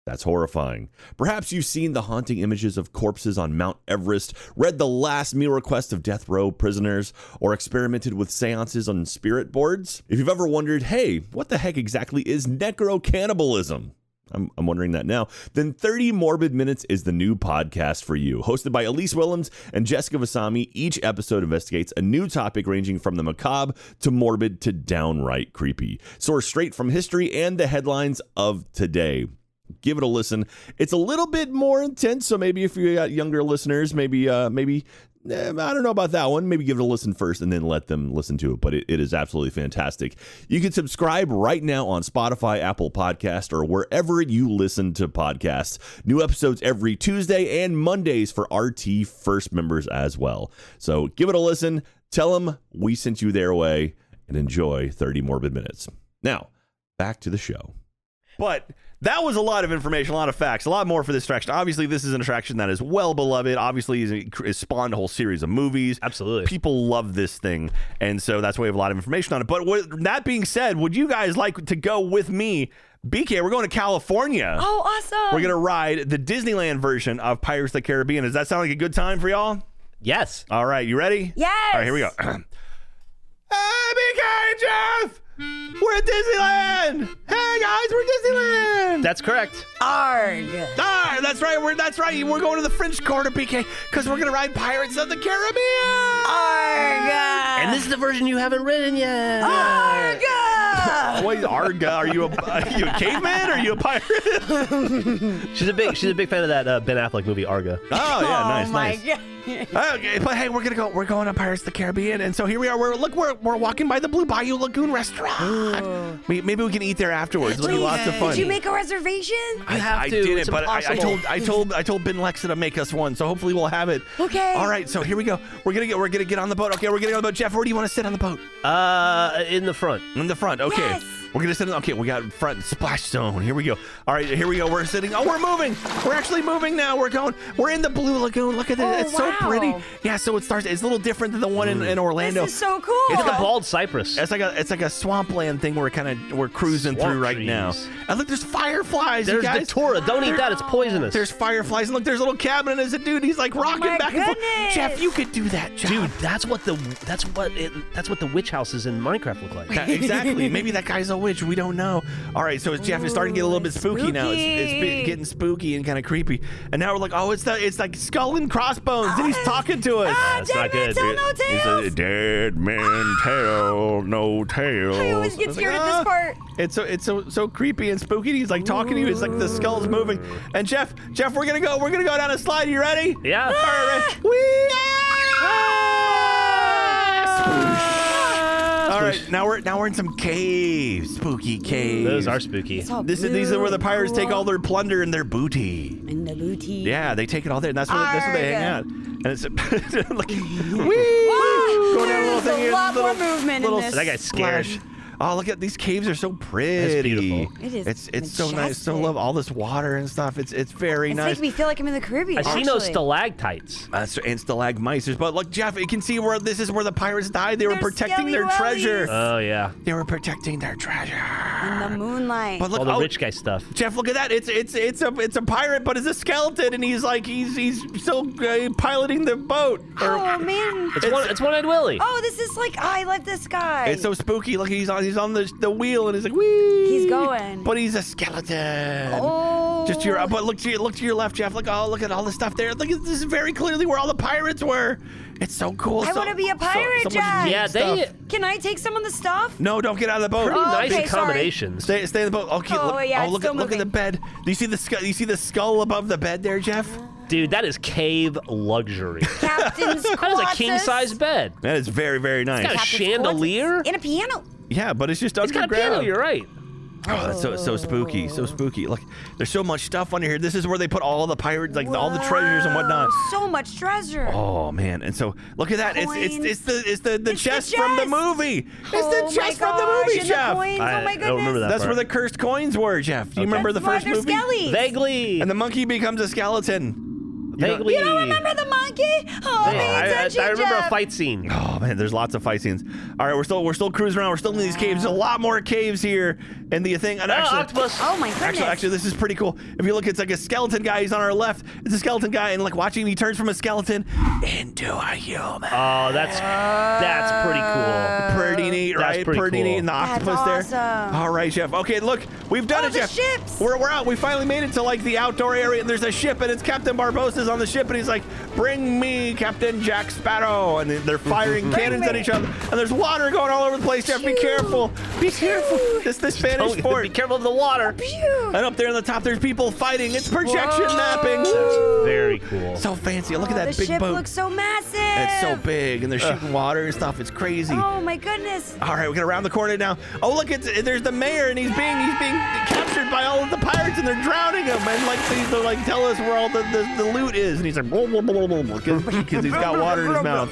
That's horrifying. Perhaps you've seen the haunting images of corpses on Mount Everest, read the last meal request of death row prisoners, or experimented with seances on spirit boards. If you've ever wondered, hey, what the heck exactly is necrocannibalism? I'm, I'm wondering that now. Then 30 Morbid Minutes is the new podcast for you. Hosted by Elise Willems and Jessica Vasami, each episode investigates a new topic ranging from the macabre to morbid to downright creepy. Sourced straight from history and the headlines of today give it a listen. It's a little bit more intense, so maybe if you got younger listeners, maybe uh, maybe eh, I don't know about that one. Maybe give it a listen first and then let them listen to it. But it, it is absolutely fantastic. You can subscribe right now on Spotify, Apple Podcast, or wherever you listen to podcasts. New episodes every Tuesday and Mondays for RT First members as well. So give it a listen. Tell them we sent you their way and enjoy 30 morbid minutes. Now, back to the show. But that was a lot of information, a lot of facts, a lot more for this attraction. Obviously, this is an attraction that is well beloved. Obviously, it's- it spawned a whole series of movies.
Absolutely.
People love this thing. And so that's why we have a lot of information on it. But with that being said, would you guys like to go with me? BK, we're going to California.
[LAUGHS] Oh, awesome.
We're going to ride the Disneyland version of Pirates of the Caribbean. Does that sound like a good time for y'all?
Yes.
All right, you ready?
Yes.
All right, here we go. [CLEARS THROAT] hey, BK and Jeff! We're at Disneyland! Hey, guys, we're at Disneyland!
That's correct.
Arg.
Ah, that's right. We're that's right. We're going to the French Quarter, PK, because we're gonna ride Pirates of the Caribbean.
Arg.
And this is the version you haven't written yet.
[LAUGHS]
Arg.
What Arga? Are you a are you a caveman? Or are you a pirate? oh
She's a big she's a big fan of that uh, Ben Affleck movie Argo.
yeah, nice,
oh my
nice.
god.
[LAUGHS] Okay, but hey, we're gonna go. We're going to Pirates of the Caribbean, and so here we are. We're look, we're, we're walking by the Blue Bayou Lagoon restaurant. May- Maybe we can eat there afterwards. It'll be lots of fun.
Did you make a reservation?
I,
have
I
to.
didn't,
It's
but I, I
impossible.
told I told I told Ben Lexa to make us one, so hopefully we'll have it.
Okay.
All right, so here we go. We're gonna get we're gonna get on the boat. Okay, we're getting on the boat. Jeff, where do you want to sit on the boat?
Uh, in the front.
In the front. Okay.
Yes.
We're gonna sit in. Okay, we got front splash zone. Here we go. All right, here we go. We're sitting. Oh, we're moving. We're actually moving now. We're going. We're in the Blue Lagoon. Look at it.
Oh,
it's so
wow.
pretty. Yeah. So it starts. It's a little different than the one
Mm.
in, in Orlando.
This is so cool.
It's the bald cypress.
It's like a it's like a swampland thing we're kind of we're cruising
Swamp
through right now.
trees.
And look, there's fireflies. you
There's
guys.
Datura. Don't eat that. It's poisonous.
There's fireflies, and look, there's a little cabin, and there's a dude. He's like rocking
Oh my
back and forth.
goodness.
Jeff, you could do that, Jeff.
dude. That's what the that's what it, that's what the witch houses in Minecraft look like.
That- [LAUGHS] exactly. Maybe that guy's a witch. We don't know. All right, so it's Jeff is starting to get a little bit spooky, now. It's, it's be-
spooky.
getting spooky and kind of creepy. And now we're like, oh, it's the it's like skull and crossbones, and
Oh
he's talking to us.
Ah,
That's not
dead man
good.
tell no tales.
dead man tell no tales.
I always get scared at
"Ah."
this part.
It's so it's so so creepy and spooky. He's like talking to you. It's like the skull's moving. And Jeff, Jeff, we're gonna go. We're gonna go down a slide. You ready?
Yeah.
All right. ready? We. Ah! All
[LAUGHS]
right. Now we're now we're in some caves. Spooky caves.
Those are spooky.
It's all
This is these are where the
blue
pirates
and
take all their plunder and their booty.
cool. and the booty.
Yeah, they take it all there, and that's where, that's where they hang
Arg.
out. And [LAUGHS] it's like, [LAUGHS] wee, going down a little
Ah, There's a
thing here,
lot more
little-
movement in
little
this.
That guy's scared.
splash. Oh, look at these caves are so pretty.
beautiful.
It is
It's it's so nice, so
majestic.
love all this water and stuff. It's it's very
It's
nice.
making me feel like I'm in the Caribbean.
I see no
actually.
Uh, stalactites.
uh, so- and stalagmites. There's- But look, Jeff, you can see where this is where the pirates died. They were
They're
protecting their
skelly
treasure.
wellies.
Oh yeah.
they were protecting their treasure.
In the moonlight.
But look,
All the
oh,
rich guy stuff.
Jeff, look at that! It's it's it's a it's a pirate, but it's a skeleton, and he's like he's he's still uh, piloting the boat. Or-
oh man.
It's, one. It's one-eyed Willie.
Oh, this is like I love this guy.
It's so spooky. Look, he's on he's on the the wheel and he's like wee.
He's going.
But he's a skeleton.
oh.
Just to your but look to your look to your left, Jeff. Look, oh look at all this stuff there. Look, this is very clearly where all the pirates were. It's so cool.
I
So-
wanna be a
so-
pirate,
so much
Jack.
neat
yeah, they
stuff.
Can I take some of the
[LAUGHS]
stuff?
No, don't get out of the boat.
pretty
Oh,
nice
okay, sorry.
combinations.
Stay, stay in the boat. Okay,
Oh,
look,
yeah,
oh,
it's
look,
still
at, look at the
moving.
bed. Do you see the skull? You see the skull above the bed there, Jeff?
Dude, that is cave luxury.
Captain's
that is a king-size bed.
That is very, very nice.
got a chandelier?
and a piano.
Yeah, but it's just
It's got a
underground.
piano. You're right.
Oh, that's so so spooky,
Oh.
so spooky. Look, there's so much stuff under here. This is where they put all the pirates, like all the treasures and whatnot.
Wow, So much treasure.
Oh man! And so look at that. It's it's
Coins.
it's the it's the, the,
It's the
chest from the
chest.
movie.
Oh
it's the
my
chest from the
gosh,
movie,
and
Jeff.
coins,
I-
oh my
I
goodness.
don't remember that.
That's where
part.
the cursed coins were, Jeff. Do you remember the
That's why
first
they're
movie?
skellies.
Vaguely.
And the monkey becomes a skeleton. You don't-
vaguely.
You don't remember the monkey? Oh,
I,
pay
I-
attention,
I remember
Jeff.
a fight scene.
Oh man, there's lots of fight scenes. All right, we're still we're still cruising around. We're still in these caves. There's a lot more caves here, and the thing. And
Oh,
actually,
octopus.
Oh my goodness.
Actually, actually, this is pretty cool. If you look, it's like a skeleton guy. He's on our left. It's a skeleton guy, and like watching, he turns from a skeleton into a human.
Oh, that's that's pretty cool.
pretty neat,
That's
right?
pretty cool.
neat. And the
Uh, That's
octopus there.
awesome.
All right, Jeff. Okay, look, we've done
Oh,
it,
the
Jeff.
ships.
We're we're out. We finally made it to like the outdoor area, and there's a ship, and it's Captain Barbosa's on the ship, and he's like, "Bring me Captain Jack Sparrow," and
[LAUGHS]
they're firing cannons at
me.
each other, and there's water going all over the place. Jeff, be
Phew.
careful. Be careful. This this
Don't- [LAUGHS]
Spanish
Oh, be
fort.
careful of the water.
Phew.
And up there on the top, there's people fighting. It's projection
Whoa.
mapping.
Very cool.
So fancy. Look at
Oh,
that
the
big
ship
boat.
looks so massive.
And it's so big, and they're shooting water and stuff. It's crazy.
Oh my goodness.
All right, we got around the corner now. Oh, look, it's there's the mayor, and he's being he's being captured by all of the pirates, and they're drowning him. And like they, they're like, tell us where all the, the, the loot is, and he's like, because he's got water in his mouth.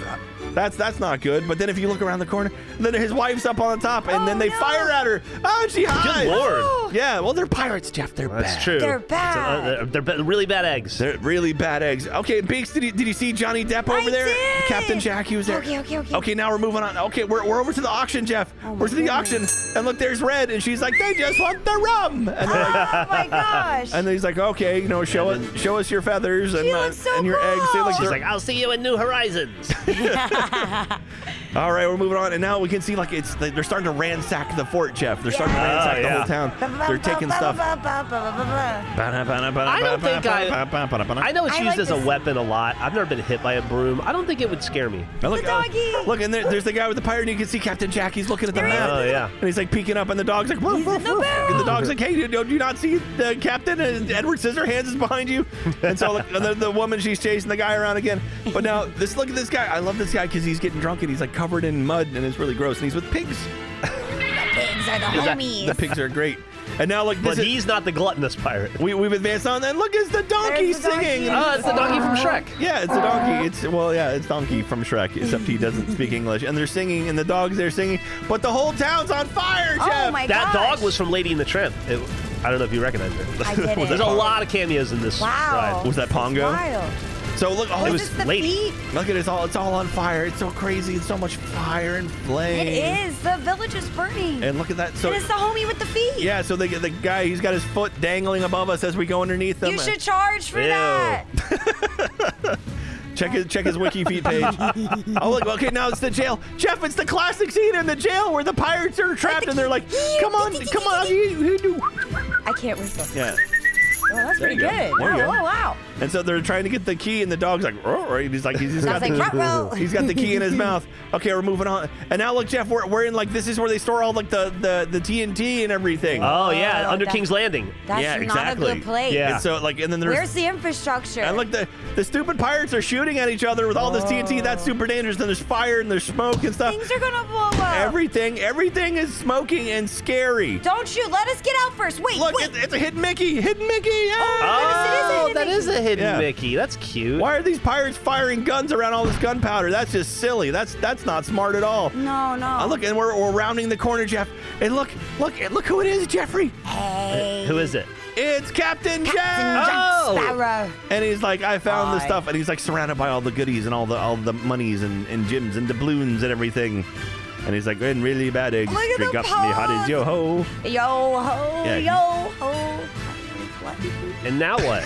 That's that's not good. But then if you look around the corner, then his wife's up on the top, and then
Oh,
they
no.
fire at her. Oh, and she hides.
Good lord.
[LAUGHS] Yeah, well, they're pirates, Jeff. They're
That's
bad.
true.
Oh, They're
It's a- uh,
bad.
they're- they're ba- really bad eggs.
They're really bad eggs. Okay, Beaks, did you, did you see Johnny Depp over
I
there?
did.
Captain Jack, he was there.
Okay, okay, okay.
Okay, now we're moving on. Okay, we're, we're over to the auction, Jeff.
Oh, my
we're to the auction. And look, there's Red, and she's like, they just want the rum. And, they're like,
Oh my gosh.
and he's like, okay, you know, show us, show us your feathers and,
She
uh,
looks so
and your eggs. They look,
cool.
She's
they're-
[LAUGHS] like, I'll see you in New Horizons.
All right, we're moving on, and now we can see like it's they're starting to ransack the fort, Jeff. They're starting to ransack the whole town. They're taking stuff.
I
I
don't think I. I know it's
I
used
like this-
as a weapon a lot. I've never been hit by a broom. I don't think it would scare me.
Now look, uh,
The doggy.
look, and there, there's the guy with the pirate. And you can see Captain Jack. He's looking at the
There he
map.
is.
Oh, yeah.
And he's like peeking up, and the dog's like, woof,
He's
woof,
in the
woof.
barrel.
And the dog's like, hey, do, do you not see the captain? And Edward Scissorhands is behind you. And so like, the, the woman, she's chasing the guy around again. But now, this look at this guy. I love this guy because he's getting drunk and he's like covered in mud and it's really gross. And he's with pigs.
Pigs are the
That-
homies.
the pigs are great. And now, look, this
But
is,
he's not the gluttonous pirate.
we, we've advanced on. And look, it's the donkey
There's the donkey.
singing.
Oh, it's Oh, the doggy from Shrek.
Oh
Yeah, it's a donkey. It's well, yeah, it's donkey from Shrek, except he doesn't speak English. And they're singing, and the dogs they're singing, but the whole town's on fire, Jeff.
oh my
That
gosh.
dog was from Lady and the Tramp. It, I don't know if you recognize it.
I didn't.
[LAUGHS] There's a lot of cameos in this
Wow.
ride.
Was that Pongo?
Wild.
So look, oh,
It
it
was
Is this the
late.
feet?
look at it, it's all it's all on fire. It's so crazy. It's so much fire and flame.
It is. The village is burning.
And look at that. So
and it's the homie with the feet.
yeah, so the the guy he's got his foot dangling above us as we go underneath him.
You should charge for
[LAUGHS]
Ew.
that.
Check his check his wiki feet
[LAUGHS]
page. oh look, okay, now it's the jail. Jeff, it's the classic scene in the jail where the pirates are trapped and they're like, come on, come on, you, you do.
I can't whistle.
Yeah.
Oh, that's pretty
you go.
good.
There you
oh,
go.
oh, wow.
And so they're trying to get the key, and the dog's like, "Roar," right? He's like, he's just
And I
got
was like,
the,
"Ruh-roh."
[LAUGHS] he's got the key
[LAUGHS]
in his mouth. Okay, we're moving on. And now look, Jeff, we're, we're in like this is where they store all like the the, the TNT and everything.
Oh, yeah,
Oh,
under
that-
King's Landing.
That's
Yeah,
not
exactly.
a good place.
Yeah.
And so like, and then there's
Where's the infrastructure?
and look the the stupid pirates are shooting at each other with all this TNT. That's super dangerous. And there's fire and there's smoke and stuff.
Oh. Things are gonna blow up.
Everything everything is smoking and scary.
Don't shoot. Let us get out first. Wait,
Look,
wait.
it, it's a hidden Mickey, hidden Mickey. Yeah.
Oh,
that is a hidden
Yeah.
Mickey. That's cute.
Why are these pirates firing guns around all this gunpowder? That's just silly. That's that's not smart at all.
no, no.
Uh, look, and we're, we're rounding the corner, Jeff. And look, look, and look who it is, Jeffrey.
Hey.
Who is it?
It's Captain Jack.
Oh!
Jack Sparrow.
And he's like, I found this
Hi.
stuff, and he's like surrounded by all the goodies and all the all the monies and, and gems and doubloons and everything. And he's like, in really bad eggs.
Look at
Drink
the
up me hot as
pod."
yo ho.
Oh.
Yo ho,
Yeah.
yo ho. What?
And
[LAUGHS]
now what?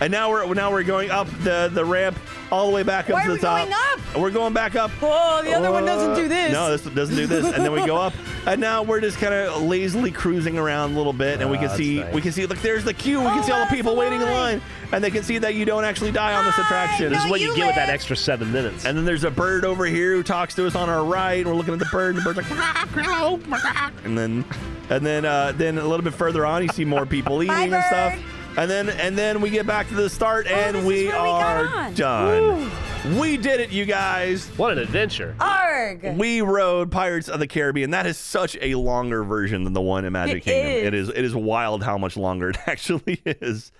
And now we're now we're going up the the ramp all the way back up
Why
to
are
the
we
top.
going up?
And We're going back up.
Oh, the other one
Uh,
doesn't do this.
No, this doesn't do this. And then we go
[LAUGHS]
up, and now we're just kind of lazily cruising around a little bit, and we
Ah,
can
that's
see
nice.
we can see look there's the queue. We can
Oh,
see all the
that's
people
the
waiting in line,
line.
and they can see that you don't actually die on this
I
attraction.
This is
know
what you,
you
get with that
live.
extra seven minutes.
And then there's a bird over here who talks to us on our right. And we're looking at the bird, and the bird's like, "Meow, meow, meow." oh and then, and then, uh, then a little bit further on, you see more
[LAUGHS]
people eating and
bird. Oh,
stuff. And then, and then we get back to the start,
this
and
is
we
where we got
are
on.
done. We did it, you guys.
what an adventure.
Arg.
We rode Pirates of the Caribbean. That is such a longer version than the one in Magic
It
Kingdom.
is.
It is it is wild how much longer it [LAUGHS] actually is.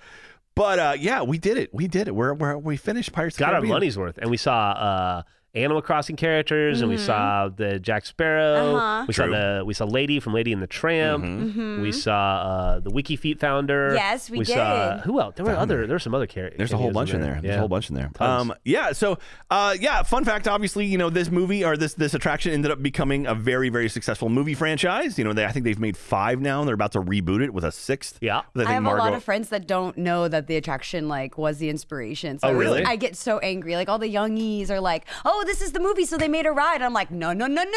But uh, yeah, we did it. We did it. We're, we're we finished Pirates of the
Got our
Caribbean.
money's worth. And we saw uh, Animal Crossing characters, and we saw the Jack Sparrow.
Mm-hmm. Uh-huh. Mm-hmm.
We
True. Mm-hmm.
saw the we saw Lady from Lady and the Tramp. We saw uh, the Wikifeet founder.
Yes, we
Saw,
did.
who else? There were other. There were some other characters.
There's a whole bunch in there. There's a whole bunch in there. Um, yeah. So, uh, yeah. Fun fact. Obviously, you know, this movie or this this attraction ended up becoming a very very successful movie franchise. You know, they I think they've made five now, and they're about to reboot it with a sixth.
Yeah.
But
I
think
have a
Margot-
lot of friends that don't know that the attraction like was the inspiration. So
Oh,
I was-
really?
I get so angry. Like all the youngies are like, "Oh, this is the movie, so they made a ride." I'm like, "No, no, no,
[LAUGHS]
no,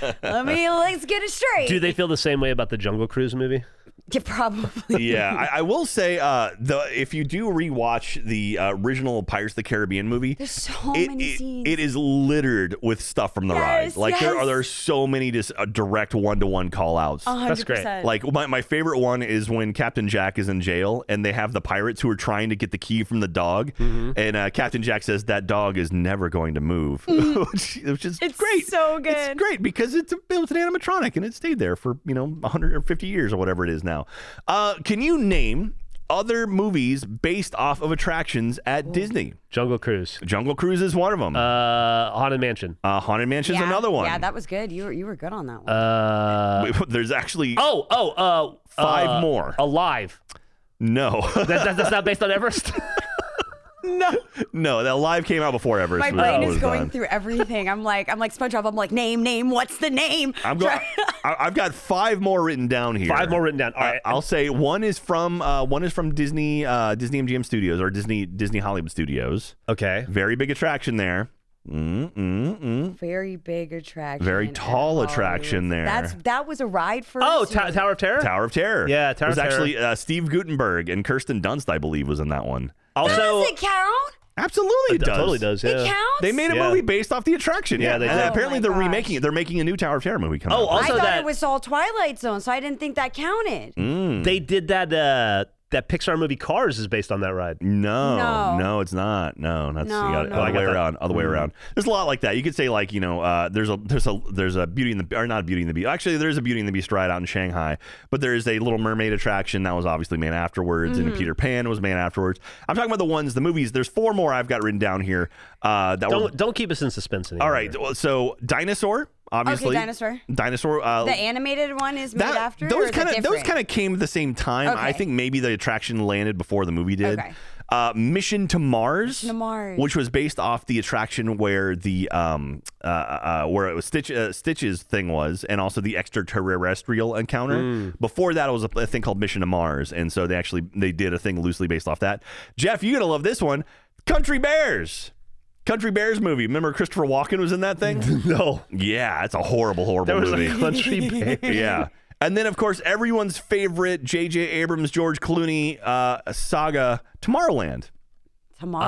no! Let me let's get it straight."
Do they feel the same way about the Jungle Cruise movie?
Yeah, probably.
[LAUGHS]
yeah, I, I will say uh, the if you do rewatch the uh, original Pirates of the Caribbean movie,
There's so
it,
many
it-
scenes.
it is littered with stuff from the
Yes,
ride. Like there are
yes.
there are so many just uh, direct one to one call outs.
That's great.
Like my, my favorite one is when Captain Jack is in jail and they have the pirates who are trying to get the key from the dog, and uh, Captain Jack says that dog is never going to move, [LAUGHS] which, which is
Mm. It's
great.
so
It's
good.
great because it's a, it was an animatronic and it stayed there for you know 150 years or whatever it is now. Uh, can you name other movies based off of attractions at Disney?
Jungle Cruise.
Jungle Cruise is one of them. Uh,
Uh, Haunted Mansion.
Haunted Mansion is
Yeah,
another one.
Yeah, that was good. You were you were good on that one.
Uh,
[LAUGHS] There's actually
oh, oh, uh,
Five
uh,
more.
Alive.
no, [LAUGHS]
That, that, that's not based on Everest.
no, no. That live came out before Everest.
My
was-
brain
was
is going
done.
through everything. I'm like, I'm like SpongeBob. I'm like, name, name. What's the name? [LAUGHS]
I'm going. I- I've got five more written down here.
Five more written down. All
I-
right.
I'll say one is from uh, one is from Disney uh, Disney MGM Studios or Disney Disney Hollywood Studios.
okay.
Very big attraction there. Mm, mm, mm.
Very big attraction.
Very
and
tall
all
attraction
moves.
there.
That's that was a ride for
Oh,
us, you
Ta-
know.
Tower of Terror.
Tower of Terror.
Yeah, Tower
It was
of Terror.
actually uh, Steve Gutenberg and Kirsten Dunst, I believe, was in that one.
Also,
Does it count?
Absolutely,
it totally does.
It
Yeah.
counts.
They made a
Yeah.
movie based off the attraction.
Yeah, they
and
did.
apparently
Oh my
they're
gosh.
remaking it. They're making a new Tower of Terror movie coming.
Oh,
out.
I
also-
thought
that-
it was all Twilight Zone, so I didn't think that counted.
Mm.
They did that. Uh, that Pixar movie Cars is based on that ride.
No, no,
No.
it's not. No, that's
No,
you oh, got it
no.
other
I got
way
that. Mm-hmm.
around. Other way around. There's a lot like that. You could say like you know, uh, there's a there's a there's a Beauty in the or not Beauty and the Beast. Actually, there's a Beauty and the Beast ride out in Shanghai, but there is a Little Mermaid attraction that was obviously made afterwards,
Mm-hmm.
and Peter Pan was made afterwards. I'm talking about the ones, the movies. There's four more I've got written down here. Uh, that were
Don't don't keep us in suspense anymore. Oh,
all right. well, So dinosaur, obviously
Dinosaur.
dinosaur. Uh,
The animated one is made
that-
after.
those
kind of
those kind of came at the same time. I
Okay.
think maybe the attraction landed before the movie did.
Okay.
Uh, Mission to Mars,
to Mars.
which was based off the attraction where the um uh, uh where it was Stitch uh, Stitch's thing was, and also the extraterrestrial encounter. Before that, it was a, a thing called Mission to Mars, and so they actually they did a thing loosely based off that. Jeff, you're gonna love this one, Country Bears. Country Bears movie. Remember Christopher Walken was in that thing?
No,
yeah, it's a horrible, horrible
there was
movie
a
[LAUGHS]
country bear.
yeah. And then, of course, everyone's favorite J.J. Abrams, George Clooney uh, saga, Tomorrowland.
Tomorrowland.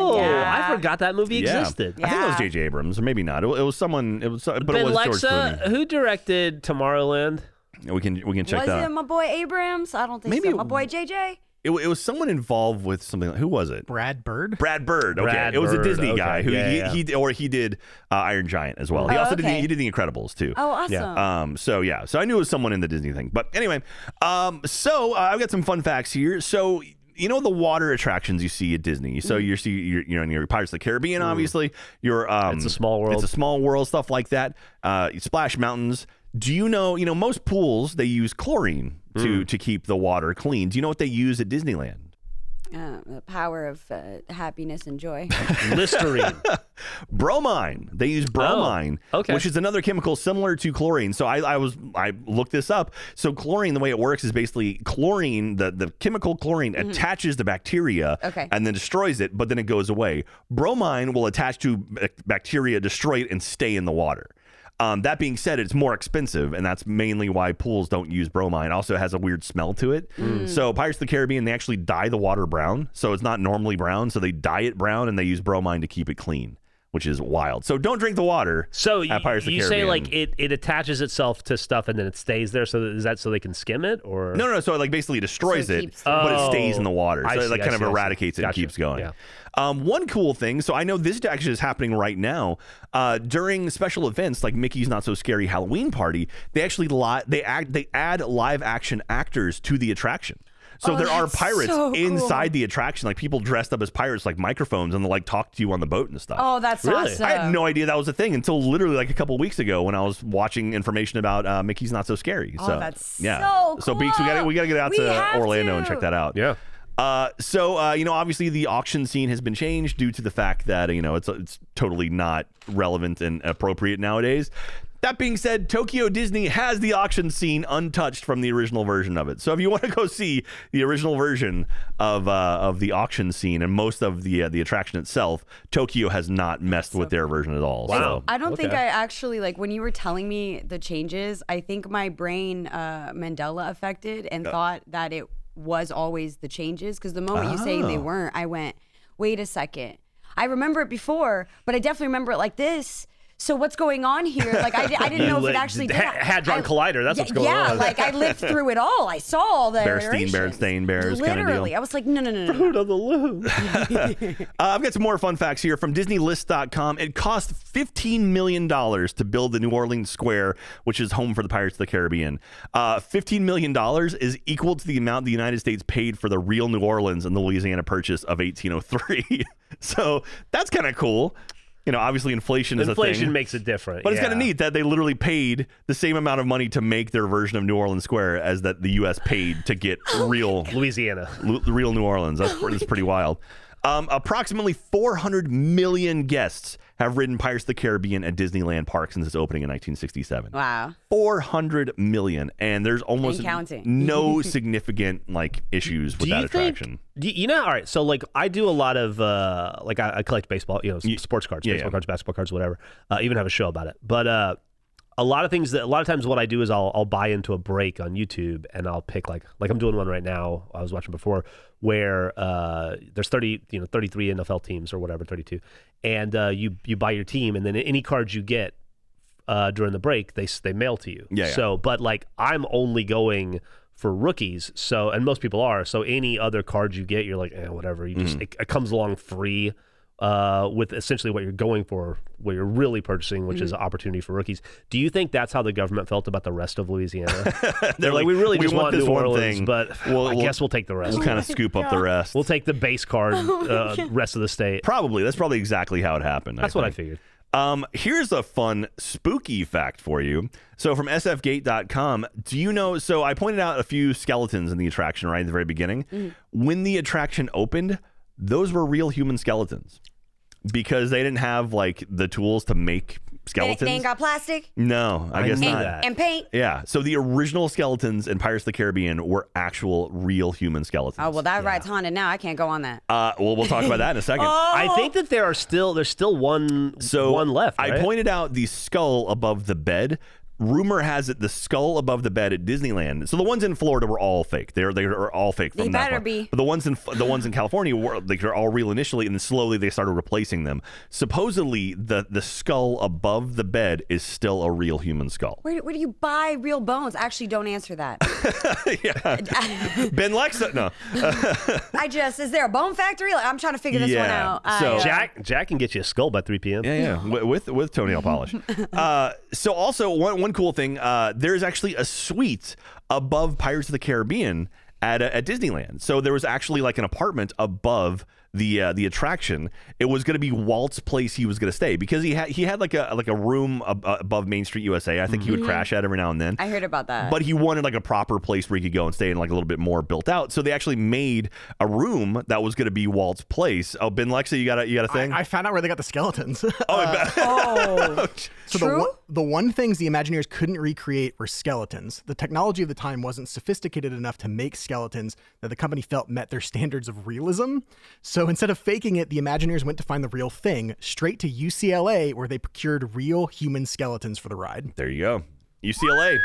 Oh, yeah.
I forgot that movie
Oh, Yeah.
existed.
I think it was
Yeah.
J.J. Abrams, or maybe not. It, wa- it was someone. It was, so- but it
Ben
was
Lexa,
George
who directed Tomorrowland?
Clooney. We can we can check
Was
that.
it
out.
my boy Abrams? I don't think
Maybe
so. My
it-
boy JJ.
It, wa- it was someone involved with something. Like, who was it?
Brad Bird.
Brad Bird. Okay,
Brad
it was a
Bird,
Disney
okay.
guy who
Yeah,
he,
yeah, yeah.
he d- or he did uh, Iron Giant as well. He
Oh,
also did the,
okay.
he did the Incredibles too.
Oh, awesome.
Um, so yeah, so I knew it was someone in the Disney thing. But anyway, um, so uh, I've got some fun facts here. So you know the water attractions you see at Disney. So
Mm.
you see, you're, you know, your Pirates of the Caribbean, obviously. Your um,
It's a Small World.
It's a small world, stuff like that. Uh, Splash Mountains. Do you know? You know, most pools they use chlorine
Mm.
to to keep the water clean. Do you know what they use at Disneyland?
Uh, the power of uh, happiness and
[LAUGHS]
joy.
[LAUGHS]
Listerine.
bromine. They use bromine,
Oh, okay.
which is another chemical similar to chlorine. So I, I was I looked this up. So chlorine, the way it works is basically chlorine, the, the chemical chlorine attaches to bacteria
Okay.
and then destroys it, but then it goes away. Bromine will attach to b- bacteria, destroy it, and stay in the water. Um, that being said, it's more expensive, and that's mainly why pools don't use bromine. Also, it has a weird smell to it. So, Pirates of the Caribbean, they actually dye the water brown. So, it's not normally brown. So, they dye it brown and they use bromine to keep it clean, which is wild. So, don't drink the water.
So
at
y-
Pirates of the
you say
Caribbean.
like it, it attaches itself to stuff and then it stays there. So that, is that so they can skim it or
No, no, no. So it like basically destroys
So it
it,
keeps-
but it
Oh.
stays in the water. So
I
it
see,
like
I
kind
see, I
of
see.
eradicates it
Gotcha.
and keeps going.
Yeah.
Um, one cool thing. So I know this actually is happening right now. Uh, during special events like Mickey's Not So Scary Halloween Party, they actually li- they act they add live action actors to the attraction. So
Oh,
there are
that's
pirates
so cool.
inside the attraction, like people dressed up as pirates, like microphones, and they like talk to you on the boat and stuff.
oh, that's
Really?
awesome.
I had no idea that was a thing until literally like a couple weeks ago when I was watching information about uh, Mickey's Not So Scary.
Oh,
so
that's
yeah.
so
So Beaks, we got
cool.
we got to get out
We
to
have
Orlando
to.
and check that out.
Yeah.
Uh, so uh, you know, obviously the auction scene has been changed due to the fact that you know it's it's totally not relevant and appropriate nowadays. That being said, Tokyo Disney has the auction scene untouched from the original version of it. So if you want to [LAUGHS] go see the original version of uh, of the auction scene and most of the uh, the attraction itself, Tokyo has not messed with their version at all. So.
Wow.
I don't think
Okay.
I actually like when you were telling me the changes. I think my brain uh, Mandela affected and thought that it was always the changes because the moment you say
Ah.
they weren't, I went, wait a second. I remember it before, but I definitely remember it like this. So what's going on
[LAUGHS]
here? Like I, di- I didn't know if
li-
it actually did.
Ha- Hadron
I-
Collider, that's
yeah,
what's going
yeah,
on.
like I lived through it all. I saw all the
Bearstein,
iterations.
Berenstain Bears kinda deal.
Literally, I was like, no, no, no, no,
[LAUGHS]
no.
the loom.
Uh, I've got some more fun facts here from DisneyList.com. It cost $15 million to build the New Orleans Square, which is home for the Pirates of the Caribbean. Uh, $15 million is equal to the amount the United States paid for the real New Orleans and the Louisiana Purchase of 1803. [LAUGHS] so that's kind of cool. You know, obviously inflation is a
Inflation
thing.
makes it different.
but it's
yeah.
kind of neat that they literally paid the same amount of money to make their version of New Orleans Square as that the U.S. paid to get real
Louisiana.
Lu- real New Orleans. That's, that's pretty wild. Um, approximately 400 million guests have ridden Pirates of the Caribbean at Disneyland Park since its opening in 1967.
Wow.
400 million, and there's almost
And counting.
no significant like issues with
Do
that
you think- [LAUGHS]
attraction.
do you you know, all right. So like, I do a lot of uh, like I, I collect baseball, you know, s- sports cards,
yeah,
baseball
yeah.
cards, basketball cards, whatever. Uh, even have a show about it. But uh, a lot of things that a lot of times what I do is I'll I'll buy into a break on YouTube and I'll pick like like I'm doing one right now. I was watching before where uh, there's 30 you know 33 NFL teams or whatever 32, and uh, you you buy your team and then any cards you get uh, during the break, they s- they mail to you.
Yeah, yeah.
So, but like I'm only going for rookies. So, and most people are. So, any other cards you get, you're like, eh, whatever. You
Mm-hmm.
just it, it comes along free uh, with essentially what you're going for, what you're really purchasing, which
Mm-hmm.
is an opportunity for rookies. Do you think that's how the government felt about the rest of
[LAUGHS]
Louisiana? They're like, we really just want, New Orleans, but
We'll-
I
we'll-
guess we'll take the rest.
We'll
[LAUGHS]
kind of scoop up the rest.
We'll take the
[LAUGHS]
base card uh, rest of the state.
Oh probably that's probably exactly how it happened.
That's what I
think.
figured.
Um, here's a fun, spooky fact for you. So, from sfgate.com, do you know? So, I pointed out a few skeletons in the attraction right at the very beginning.
Mm-hmm.
When the attraction opened, those were real human skeletons because they didn't have like the tools to make
They,
skeletons.
they ain't got plastic
no, I,
I
guess
knew
not.
that.
and paint.
Yeah. So, the original skeletons in Pirates of the Caribbean were actual, real human skeletons.
Oh well, that ride's haunted now. I can't go on that.
uh, well, we'll talk about that in
[LAUGHS]
a second.
Oh,
I think that there are still there's still one
So
one left.
I
right?
pointed out the skull above the bed. Rumor has it the skull above the bed at Disneyland. So the ones in Florida were all fake. They're they are all fake. From
They
that
better
part.
be.
But the ones in the ones in California were like they're all real initially, and then slowly they started replacing them. Supposedly the the skull above the bed is still a real human
[LAUGHS]
skull.
Where, do- where do you buy real bones? Actually, don't
[LAUGHS]
answer that.
yeah. ben Lexa. No.
I just is there a bone factory? Like, I'm trying to figure this one
Yeah,
out. I,
so-
uh,
Jack Jack can get you a skull by 3 p.m.
Yeah,
[LAUGHS]
yeah, Wi- with with toenail polish. Uh, so also one one cool thing, uh, there is actually a suite above Pirates of the Caribbean at uh, at Disneyland. So there was actually like an apartment above the uh, the attraction. It was going to be Walt's place he was going to stay because he had he had like a like a room ab- uh, above Main Street USA. I think he
Mm-hmm.
would crash at every now and then.
I heard about that.
But he wanted like a proper place where he could go and stay and like a little bit more built out. So they actually made a room that was going to be Walt's place. Oh, Ben Lexa, you got a you got a thing?
I, I found out where they got the skeletons. [LAUGHS] Uh,
oh,
so The,
True?
one, the one things the Imagineers couldn't recreate were skeletons. The technology of the time wasn't sophisticated enough to make skeletons that the company felt met their [LAUGHS] standards of realism. So instead of faking it, the Imagineers went to find the real thing straight to UCLA, where they procured real human skeletons for the ride.
There you go. UCLA.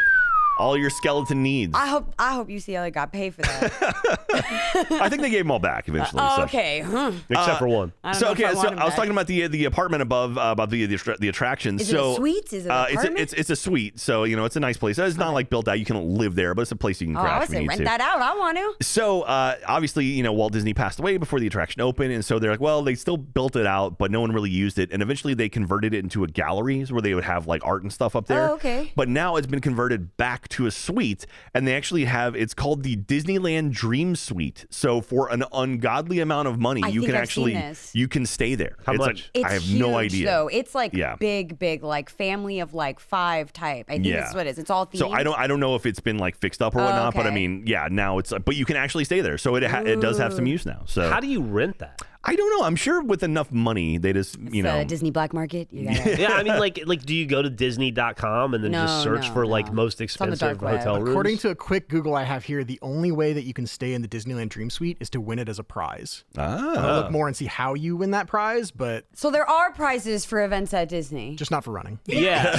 All your skeleton needs.
I
I,
hope I hope UCLA got paid
[LAUGHS]
for that.
think they gave them all back eventually. so.
Uh, oh, okay, huh.
Except for one.
I don't
So
know if
okay,
I
so
want 'em
I was
back.
talking about the the apartment above uh, about the the, attra- the attraction.
Is it a
so
suite? Is it an
uh, it's, a,
apartment?
it's it's a suite. So you know it's a nice place. It's not like built out. You can live there, but it's a place you can
Oh,
crash
I would
when you
say
need
rent
to.
that out. I want to.
So uh, obviously, you know, Walt Disney passed away before the attraction opened, and so they're like, well, they still built it out, but no one really used it, and eventually they converted it into a gallery where they would have like art and stuff up there.
Oh, okay.
But now it's been converted back to a suite, and they actually have it's called the Disneyland Dream Suite. So for an ungodly amount of money,
I
you
think
can
I've
actually
seen this.
you can stay there.
How
It's
much?
like-
It's
I have
huge,
no idea.
Though it's like
Yeah.
big, big, like family of like five type. I think
Yeah.
that's what it is. It's all themed.
So I don't I don't know if it's been like fixed up or whatnot, but I
okay.
mean, yeah, now it's but you can actually stay there, so it ha- it does have some use now. So
How do you rent that?
I don't know. I'm sure with enough money, they just you
It's
know.
a Disney black market. You
[LAUGHS]
gotta,
yeah, I [LAUGHS] mean, like, like, do you go to Disney.com and then just
No,
search
no,
for like
no.
most
on the
expensive
dark web.
hotel rooms?
According to a quick Google I have here, the only way that you can stay in the Disneyland Dream Suite is to win it as a prize.
ah,
I'll look more and see how you win that prize, but
so there are prizes for events at Disney.
just not for running.
[LAUGHS] yeah,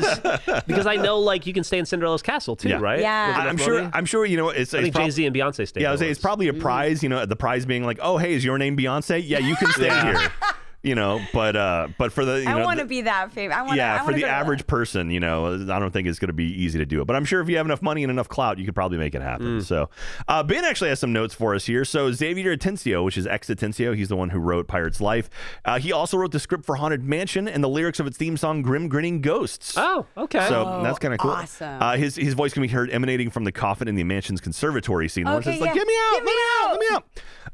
because because I know like you can stay in Cinderella's castle too,
Yeah.
right?
Yeah.
With
I-
enough
I'm sure.
money?
I'm sure. You know, it's,
I
it's
think
prob-
Jay Z and Mm. Beyonce stayed.
yeah. I
there
was saying it's
once.
probably a prize. You know, the prize being like, oh, hey, is your name Beyonce? Yeah, you can stay here. You know, but uh, but for the you
I
know,
want to
the-
be that famous. I want.
yeah,
I
for
wanna
the
go to that.
average person, you know, I don't think it's going to be easy to do it. But I'm sure if you have enough money and enough clout, you could probably make it happen.
Mm.
So, uh, Ben actually has some notes for us here. So, Xavier Atencio, which is ex Atencio, he's the one who wrote Pirate's Life. Uh, he also wrote the script for Haunted Mansion and the lyrics of its theme song, Grim Grinning Ghosts.
Oh, okay.
So
Oh,
that's kind of cool.
awesome.
Uh, his his voice can be heard emanating from the coffin in the mansion's conservatory scene. where it's
Okay,
just like,
yeah.
"Get me out!
Get me
let me out! Let me out!"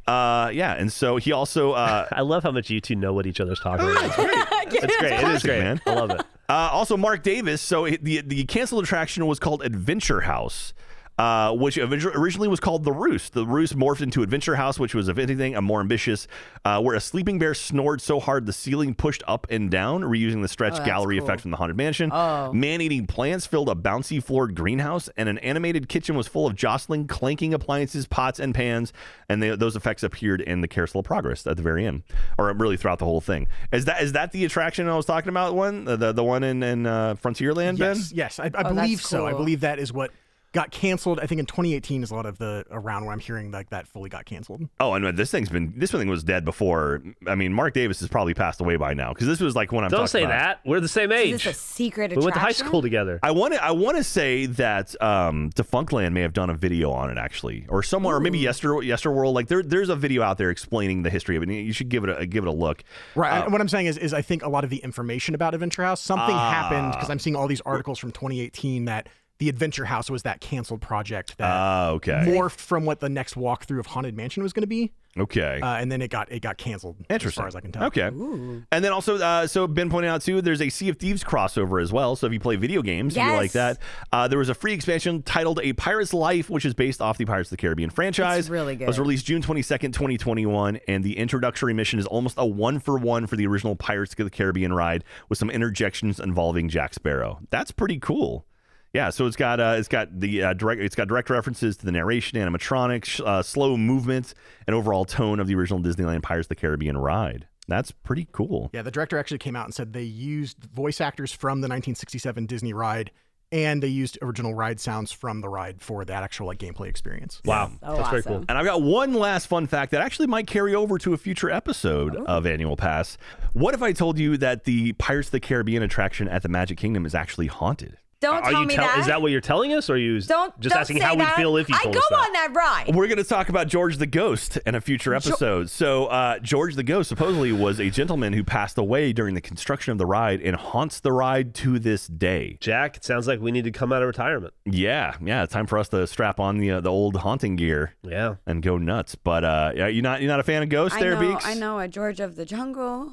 Uh, yeah, and so he also
[LAUGHS]
uh,
I love how much you two know what each other's talking about. It's great. It is
classic,
great.
man.
I love it.
uh, also Mark Davis. So it- the the canceled attraction was called Adventure House. uh, which eventu- originally was called The Roost. The Roost morphed into Adventure House, which was, if anything, a more ambitious, uh, where a sleeping bear snored so hard the ceiling pushed up and down, reusing the
Oh,
stretched gallery effect from The Haunted Mansion.
Oh.
Man eating plants filled a bouncy floored greenhouse, and an animated kitchen was full of jostling, clanking appliances, pots, and pans. And they, those effects appeared in The Carousel of Progress at the very end, or really throughout the whole thing. Is that is that the attraction I was talking about? One the the, the one in, in uh, Frontierland, Ben?
Yes, yes, I, I believe so. I
cool.
believe that is what got canceled. I think in 2018 is a lot of the around where I'm hearing like that fully got canceled.
Oh, and this thing's been this thing was dead before. I mean, Mark Davis has probably passed away by now because this was like when I'm.
[LAUGHS] Don't
talking
say
about.
that. We're the same
Is
age.
this a secret
we
attraction?
went to high school together.
I want to. I want to say that um, Defunctland may have done a video on it actually, or someone, or maybe Yester Yesterworld. Like there, there's a video out there explaining the history of it. and You should give it a give it a look.
Right. Uh, what I'm saying is, is I think a lot of the information about Adventure House something
Ah.
happened because I'm seeing all these articles from 2018 that the Adventure House was that canceled project that
Ah, okay,
morphed from what the next walkthrough of Haunted Mansion was going to be,
okay.
uh, and then it got it got canceled.
Interesting.
As far as I can tell.
Okay. And then also, uh, so Ben pointed out too, there's a Sea of Thieves crossover as well. So if you play video games, if you like
Yes.
that, uh, there was a free expansion titled A Pirate's Life, which is based off the Pirates of the Caribbean franchise.
really
It was
good.
released June 22nd, 2021. And the introductory mission is almost a one for one for the original Pirates of the Caribbean ride with some interjections involving Jack Sparrow. That's pretty cool. Yeah, so it's got uh, it's got the uh, direct it's got direct references to the narration, animatronics, uh, slow movement, and overall tone of the original Disneyland Pirates of the Caribbean ride. That's pretty cool.
Yeah, the director actually came out and said they used voice actors from the 1967 Disney ride, and they used original ride sounds from the ride for that actual like gameplay experience.
Wow,
Oh,
that's very
awesome.
cool.
And I've got one last fun fact that actually might carry over to a future episode of Annual Pass. What if I told you that the Pirates of the Caribbean attraction at the Magic Kingdom is actually haunted?
Don't
Are
tell
you
me
tell-
that.
Is that what you're telling us, or are you
don't
just
don't
asking
say
how
that.
we feel if you
I
told
go
us that?
on that ride.
We're going to talk about George the Ghost in a future episode. so, uh, George the Ghost supposedly was a gentleman who passed away during the construction of the ride and haunts the ride to this day.
Jack, it sounds like we need to come out of retirement.
Yeah, yeah, it's time for us to strap on the uh, the old haunting gear
Yeah.
and go nuts. But uh, yeah, you not you not a fan of ghosts,
I
there,
know,
Beaks?
I know a George of the
[LAUGHS]
Jungle.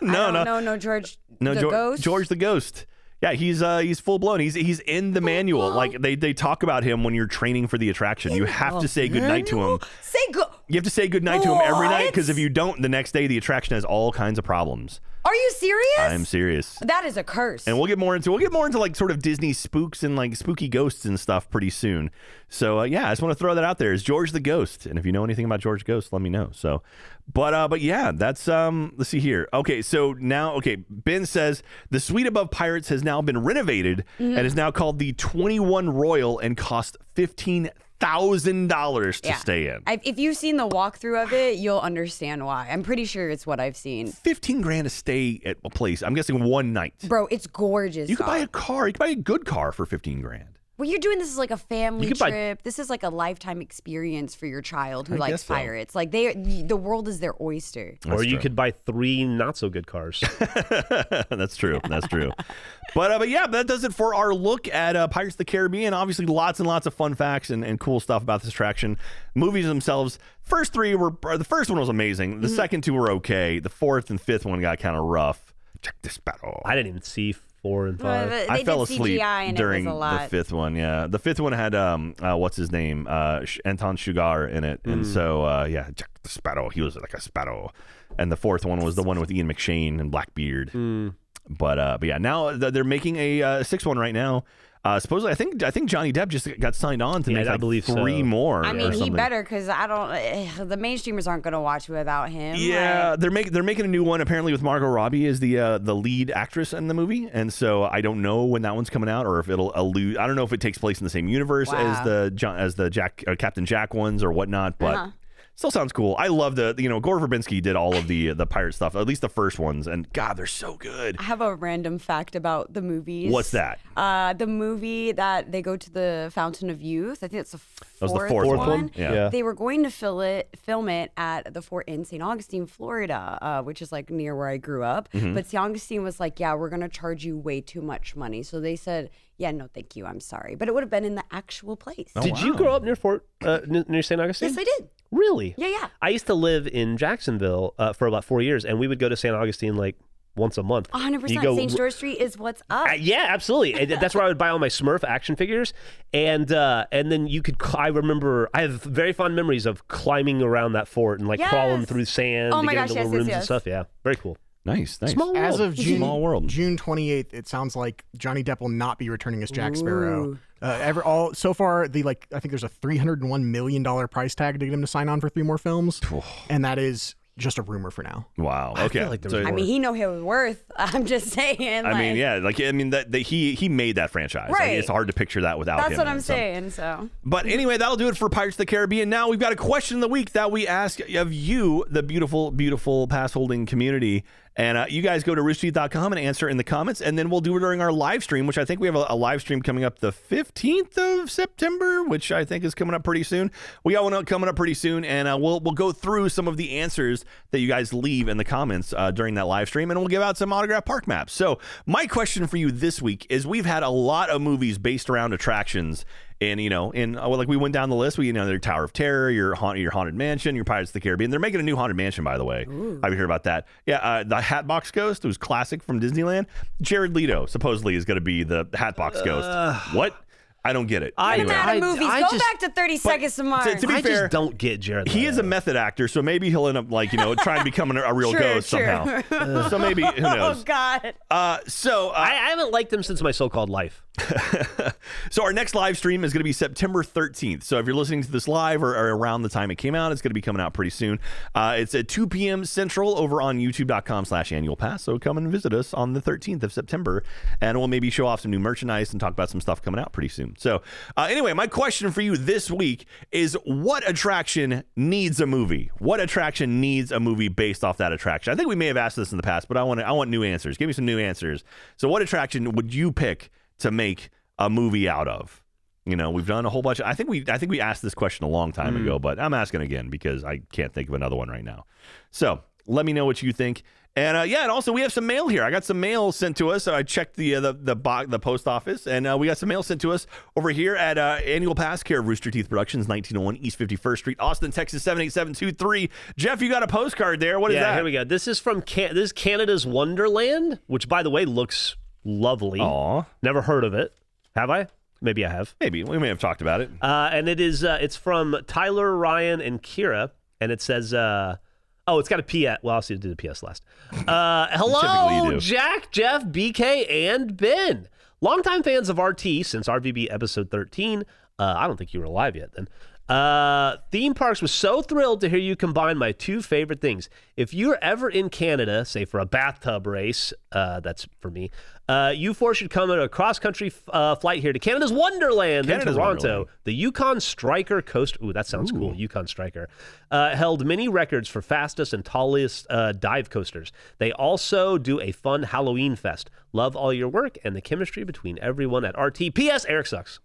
No,
I
no.
don't know, no George
No,
the
Geor-
Ghost.
George the Ghost. Yeah, he's uh, he's full blown. He's he's in the manual. Like they, they talk about him when you're training for the attraction. You have to say goodnight to him.
Say go.
You have to say goodnight to him every night
What?
because if you don't, the next day the attraction has all kinds of problems.
Are you serious?
I'm serious.
That is a curse.
And we'll get more into we'll get more into like sort of Disney spooks and like spooky ghosts and stuff pretty soon. So uh, yeah, I just want to throw that out there. Is George the Ghost? And if you know anything about George Ghost, let me know. So, but uh, but yeah, that's um. Let's see here. Okay, so now okay, Ben says the suite above Pirates has now been renovated and is now called the Twenty One Royal and cost fifteen thousand dollars to
Yeah.
stay in.
I, if you've seen the walkthrough of it, you'll understand why. I'm pretty sure it's what I've seen.
fifteen grand to stay at a place. I'm guessing one night.
Bro, it's gorgeous.
You could buy a
dog.
car. You could buy a good car for fifteen grand.
What you're doing this is like a family
could buy-
trip. this is like a lifetime experience for your child who
I guess
likes
so.
pirates. Like they, the world is their oyster.
or you
true.
could buy three not so good cars.
[LAUGHS] that's true. That's true. but uh, but yeah, that does it for our look at uh, Pirates of the Caribbean. Obviously, lots and lots of fun facts and, and cool stuff about this attraction. Movies themselves, first three were uh, the first one was amazing. The second two were okay. The fourth and fifth one got kind of rough. Check this battle.
I didn't even see four and
Uh,
five.
they
I
did
fell asleep
CGI and
during
it was a
the
lot.
fifth one. Yeah, the fifth one had um, uh, what's his name, uh, Sh- Anton Sugar in it,
Mm.
and so uh, yeah, Jack the Sparrow. He was like a sparrow, and the fourth one was the one with Ian McShane and Blackbeard.
Mm.
But uh, but yeah, now th- they're making a uh, sixth one right now. Uh, supposedly, I think I think Johnny Depp just got signed on to
Yeah,
make
I
like
believe so.
three more.
I
or
mean, he
something.
better because I don't. ugh, the mainstreamers aren't gonna watch without him.
Yeah,
Like,
they're making they're making a new one apparently with Margot Robbie as the uh, the lead actress in the movie, and so I don't know when that one's coming out or if it'll allude. I don't know if it takes place in the same universe as
Wow.
the John, as the Jack uh, Captain Jack ones or whatnot, but. Still sounds cool. I love the you know Gore Verbinski did all of the the pirate stuff, at least the first ones, and God, they're so good.
I have a random fact about the movies.
What's that?
Uh, the movie that they go to the Fountain of Youth. I think it's the fourth,
was the fourth one. Yeah. Yeah.
They were going to fill it, film it at the fort in St. Augustine, Florida, uh, which is like near where I grew up.
Mm-hmm.
But St. Augustine was like, yeah, we're going to charge you way too much money. So they said, yeah, no, thank you. I'm sorry. But it would have been in the actual place.
did you grow up near Fort uh, n- near St. Augustine?
Yes, I did.
Really?
Yeah, yeah.
I used to live in Jacksonville uh, for about four years, and we would go to St. Augustine like once a month.
100%.
You go-
St. George Street is what's up.
Uh, yeah, absolutely. And that's where I would buy all my Smurf action figures, and uh, and then you could. cl- I remember I have very fond memories of climbing around that fort and like crawling
Yes.
through sand
Oh
to
my
get
gosh,
into
yes,
little
yes,
rooms and
yes.
stuff. Yeah, very cool.
Nice, nice.
Small
As
world.
of June,
Small world.
June 28th, it sounds like Johnny Depp will not be returning as Jack Sparrow. Uh, ever all so far, the like I think there's a 301 million dollar price tag to get him to sign on for three more films, and that is just a rumor for now.
Wow. Okay.
like there
So-
was
I mean, he know his worth. [LAUGHS] I'm just saying.
I mean,
like,
yeah, like I mean that, that he he made that franchise. Like,
Right.
it's hard to picture that without him.
That's what
in
I'm
it, so.
saying. So
But anyway, that'll do it for Pirates of the Caribbean. Now we've got a question of the week that we ask of you, the beautiful, beautiful pass holding community. And uh, you guys go to roosterteeth.com and answer in the comments, and then we'll do it during our live stream, which I think we have a, a live stream coming up the 15th of September, which I think is coming up pretty soon. We got one up coming up pretty soon, and uh, we'll we'll go through some of the answers that you guys leave in the comments uh, during that live stream, and we'll give out some autograph park maps. So my question for you this week is: We've had a lot of movies based around attractions and you know, and uh, well, like we went down the list, we you know, their Tower of Terror, your haunt, your haunted mansion, your Pirates of the Caribbean. They're making a new haunted mansion, by the way. I've heard about that. Yeah, uh, the Hatbox Ghost was classic from Disneyland. Jared Leto supposedly is going to be the Hatbox Ghost. What? I don't get it.
I-
I'm
Anyway,
out of
I-
movies.
I
Go
just-
back to 30 Seconds to Mars.
to- to be
I
fair,
just don't get Jared.
he is a
Leto.
method actor, so maybe he'll end up like you know trying to become an, a
[LAUGHS]
real
Sure,
ghost
sure.
somehow. so maybe who
[LAUGHS] oh
knows?
God.
Uh, so uh,
I, I haven't liked him since my so-called life.
So our next live stream is going to be September 13th. So if you're listening to this live or, or around the time it came out, it's going to be coming out pretty soon. Uh, it's at 2 p.m. Central over on youtube.com slash annual pass. So come and visit us on the 13th of September and we'll maybe show off some new merchandise and talk about some stuff coming out pretty soon. So uh, anyway, my question for you this week is what attraction needs a movie? What attraction needs a movie based off that attraction? I think we may have asked this in the past, but I want to, I want new answers. Give me some new answers. So what attraction would you pick to make a movie out of. You know, we've done a whole bunch. I think we I think we asked this question a long time
Mm.
ago, but I'm asking again because I can't think of another one right now. So let me know what you think. And uh, yeah, and also we have some mail here. I got some mail sent to us. So I checked the uh, the the, bo- the post office, and uh, we got some mail sent to us over here at uh, Annual Pass Care of Rooster Teeth Productions, 1901 East 51st Street, Austin, Texas 78723. Jeff, you got a postcard there. What is
yeah,
that?
here we go. This is from Can- this is Canada's Wonderland, which by the way looks lovely.
Aw,
Never heard of it. Have I? Maybe I have.
maybe we may have talked about it.
Uh, and it is uh, it's from Tyler Ryan and Kira, and it says, uh, "Oh, it's got a PS." Well, I'll see. Do the PS last.
[LAUGHS]
Uh,
Typically you
hello,
do.
Jack, Jeff, BK, and Ben. Longtime fans of RT since RVB episode thirteen. Uh, I don't think you were alive yet then. Uh, theme parks was so thrilled to hear you combine my two favorite things. If you're ever in Canada, say for a bathtub race, uh, that's for me. Uh, you four should come on a cross country uh, flight here to Canada's Wonderland in
Canada's
Toronto.
Wonderland.
The Yukon Striker Coast. Ooh, that sounds cool. Yukon Striker uh, held many records for fastest and tallest uh, dive coasters. They also do a fun Halloween fest. Love all your work and the chemistry between everyone at RT. P.S. Eric sucks.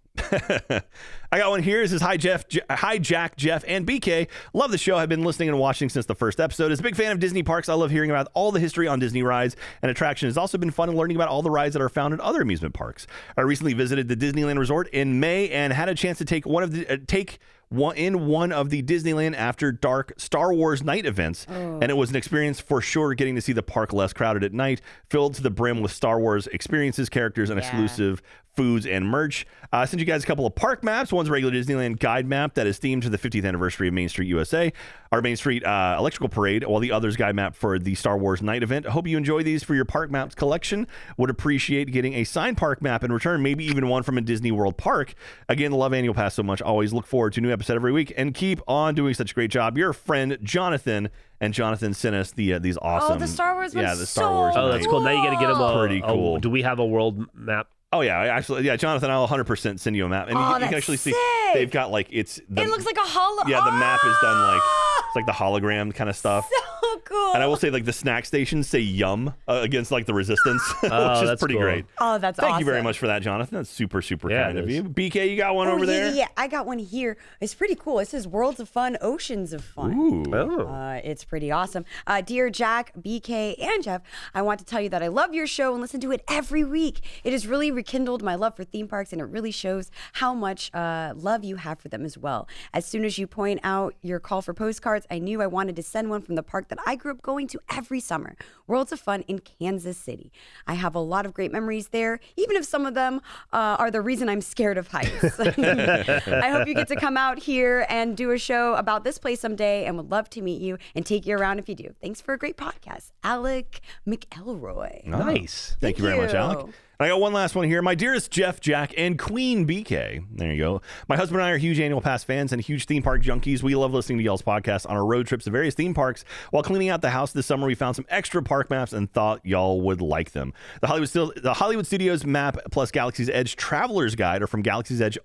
I got one here. This is hi Jeff, J- hi Jack, Jeff, and BK. Love the show. I've been listening and watching since the first episode. As a big fan of Disney parks, I love hearing about all the history on Disney rides and attraction. It's also been fun learning about all the rides that are found at other amusement parks. I recently visited the Disneyland Resort in May and had a chance to take one of the uh, take one in one of the Disneyland After Dark Star Wars night events, and it was an experience for sure. Getting to see the park less crowded at night, filled to the brim with Star Wars experiences, characters, and exclusive foods and merch. Uh, I sent you guys a couple of park maps. One's a regular Disneyland guide map that is themed to the 50th anniversary of Main Street USA, our Main Street uh, Electrical Parade, while the other's guide map for the Star Wars Night event. I hope you enjoy these for your park maps collection. Would appreciate getting a signed park map in return, maybe even one from a Disney World park. Again, love Annual Pass so much. Always look forward to a new episode every week and keep on doing such a great job. Your friend Jonathan. And Jonathan sent us the uh, these awesome.
Oh, Star Wars
Yeah,
one's
the Star
so
Wars.
Oh, that's
Night.
cool. Now you got to get him a
Pretty
a-
cool.
do we have a world map?
Oh yeah, I actually, yeah, Jonathan, I'll 100% send you a map, and you,
Oh,
can- you can
that's
actually see
sick.
they've got like it's. The,
It looks like a hollow.
yeah, the map is
[GASPS]
done like
Ah!
it's like the hologram kind of stuff.
[LAUGHS] So cool.
and I will say, like the snack stations say "yum" uh, against like the resistance, [LAUGHS]
Oh,
which is
that's
pretty
cool.
great.
Oh, that's
Thank
awesome.
you very much for that, Jonathan. That's super, super
Yeah,
kind
it
of
is.
you. BK, you got one
Oh,
over
yeah,
there.
Yeah, yeah, I got one here. It's pretty cool. It says "Worlds of Fun, Oceans of Fun."
Oh,
Uh, it's pretty awesome. Uh, dear Jack, BK, and Jeff, I want to tell you that I love your show and listen to it every week. It is really rekindled my love for theme parks, and it really shows how much uh, love you have for them as well. As soon as you point out your call for postcards, I knew I wanted to send one from the park that I grew up going to every summer Worlds of Fun in Kansas City. I have a lot of great memories there, even if some of them uh, are the reason I'm scared of heights. [LAUGHS] I hope you get to come out here and do a show about this place someday and would love to meet you and take you around if you do. Thanks for a great podcast, Alec McElroy.
Nice.
Ah. Thank, you very much, Alec.
you.
And I got one last one here. My dearest Jeff, Jack, and Queen BK. There you go. My husband and I are huge annual pass fans and huge theme park junkies. We love listening to y'all's podcast on our road trips to various theme parks. While cleaning out the house this summer, we found some extra park maps and thought y'all would like them. The Hollywood, Stil- the Hollywood Studios map plus Galaxy's Edge Traveler's Guide are from Galaxy's Edge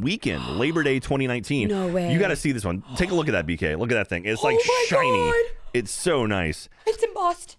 [GASPS]
weekend, Labor Day 2019.
No way. Oh
You got to see this one. Take a look at that, BK. Look at that thing.
[GASPS]
It's like
my
shiny.
God.
It's so nice.
It's embossed.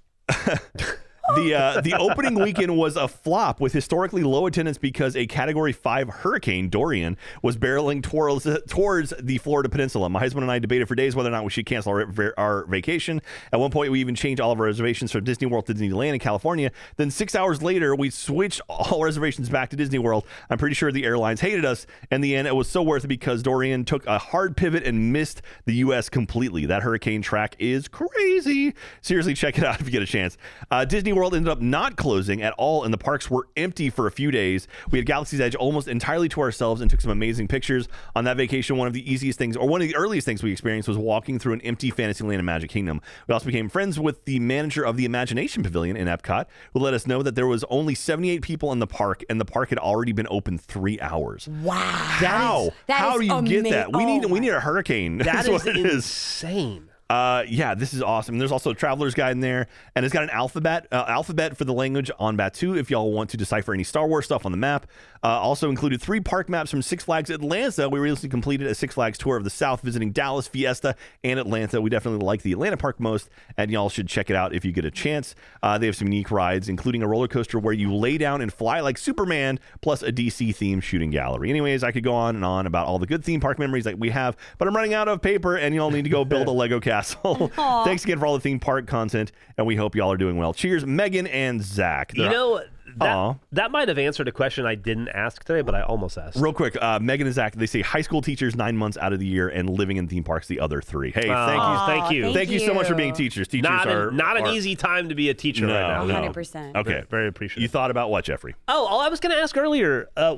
The uh, the opening weekend was a flop with historically low attendance because a Category Five hurricane Dorian was barreling towards towards the Florida Peninsula. My husband and I debated for days whether or not we should cancel our, our vacation. At one point, we even changed all of our reservations from Disney World to Disneyland in California. Then six hours later, we switched all reservations back to Disney World. I'm pretty sure the airlines hated us. In the end, it was so worth it because Dorian took a hard pivot and missed the U.S. completely. That hurricane track is crazy. Seriously, check it out if you get a chance. Uh, Disney World ended up not closing at all, and the parks were empty for a few days. We had Galaxy's Edge almost entirely to ourselves and took some amazing pictures. On that vacation, one of the easiest things, or one of the earliest things we experienced, was walking through an empty Fantasyland and Magic Kingdom. We also became friends with the manager of the Imagination Pavilion in Epcot, who let us know that there was only 78 people in the park, and the park had already been open three hours.
Wow.
How?
that
How
is
do you get
ama-
that? We
Oh
need we
my-
need a hurricane. [LAUGHS] [LAUGHS]
That
That's
is
what it is.
insane.
Uh, yeah, this is awesome. There's also a traveler's guide in there, and it's got an alphabet uh, alphabet for the language on Batu. If y'all want to decipher any Star Wars stuff on the map, uh, also included three park maps from Six Flags Atlanta. We recently completed a Six Flags tour of the South, visiting Dallas, Fiesta, and Atlanta. We definitely like the Atlanta park most, and y'all should check it out if you get a chance. Uh, they have some unique rides, including a roller coaster where you lay down and fly like Superman, plus a DC themed shooting gallery. Anyways, I could go on and on about all the good theme park memories that we have, but I'm running out of paper, and y'all need to
[LAUGHS]
go build a Lego castle. Thanks again for all the theme park content, and we hope y'all are doing well. Cheers, Megan and Zach.
You
They're-
know,
Aw.
that, that might have answered a question I didn't ask today, but I almost asked.
Real quick, uh, Megan and Zach, they say high school teachers nine months out of the year and living in theme parks the other three. Hey,
Aw,
thank you.
thank you.
thank
Thank you so much for
you.
being teachers. Teachers
Not,
are
an, not an
are-
easy time to be a teacher
No,
right now.
no.
100%.
Okay,
Very appreciative.
You thought about what, Jeffrey?
Oh, all I was going to ask earlier, uh,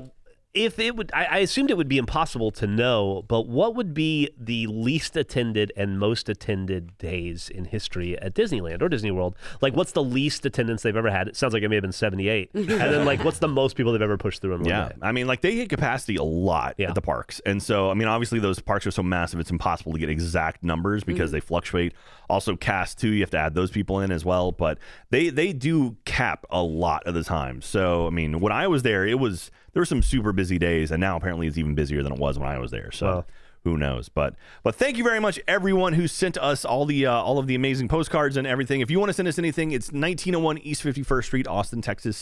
if it would, I, I assumed it would be impossible to know, but what would be the least attended and most attended days in history at Disneyland or Disney World? Like, what's the least attendance they've ever had? It sounds like it may have been 78. and then, like, what's the most people they've ever pushed through in one
Yeah,
day?
I mean, like they hit capacity a lot
Yeah.
at the parks, and so I mean, obviously those parks are so massive, it's impossible to get exact numbers because they fluctuate. Also, cast too, you have to add those people in as well, but they they do cap a lot of the time. So I mean, when I was there, it was there were some super busy days, and now apparently it's even busier than it was when I was there. So.
Wow.
Who knows? But but thank you very much, everyone who sent us all the uh, all of the amazing postcards and everything. If you want to send us anything, it's 1901 East 51st Street, Austin, Texas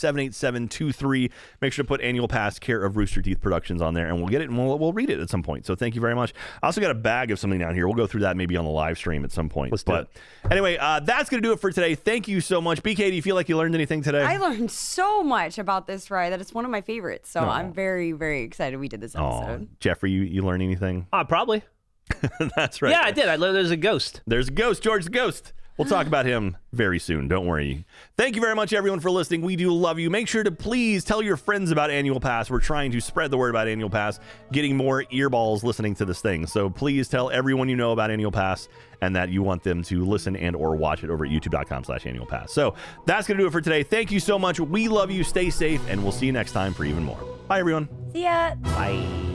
78723. Make sure to put annual pass care of Rooster Teeth Productions on there, and we'll get it and we'll, we'll read it at some point. So thank you very much. I also got a bag of something down here. We'll go through that maybe on the live stream at some point.
Let's do
but anyway, uh, that's gonna do it for today. Thank you so much, BK. Do you feel like you learned anything today?
I learned so much about this ride that it's one of my favorites. So I'm very, very excited we did this
Aw,
episode.
Jeffrey, you you learn anything? [LAUGHS]
Uh, probably.
that's right.
Yeah, I did. I learned there's a ghost.
There's a ghost, George the Ghost. We'll talk about him very soon. Don't worry. Thank you very much, everyone, for listening. We do love you. Make sure to please tell your friends about Annual Pass. We're trying to spread the word about Annual Pass, getting more earballs listening to this thing. So please tell everyone you know about Annual Pass and that you want them to listen and or watch it over at youtube.com slash annual pass. So that's going to do it for today. Thank you so much. We love you. Stay safe, and we'll see you next time for even more. Bye, everyone.
See ya.
Bye.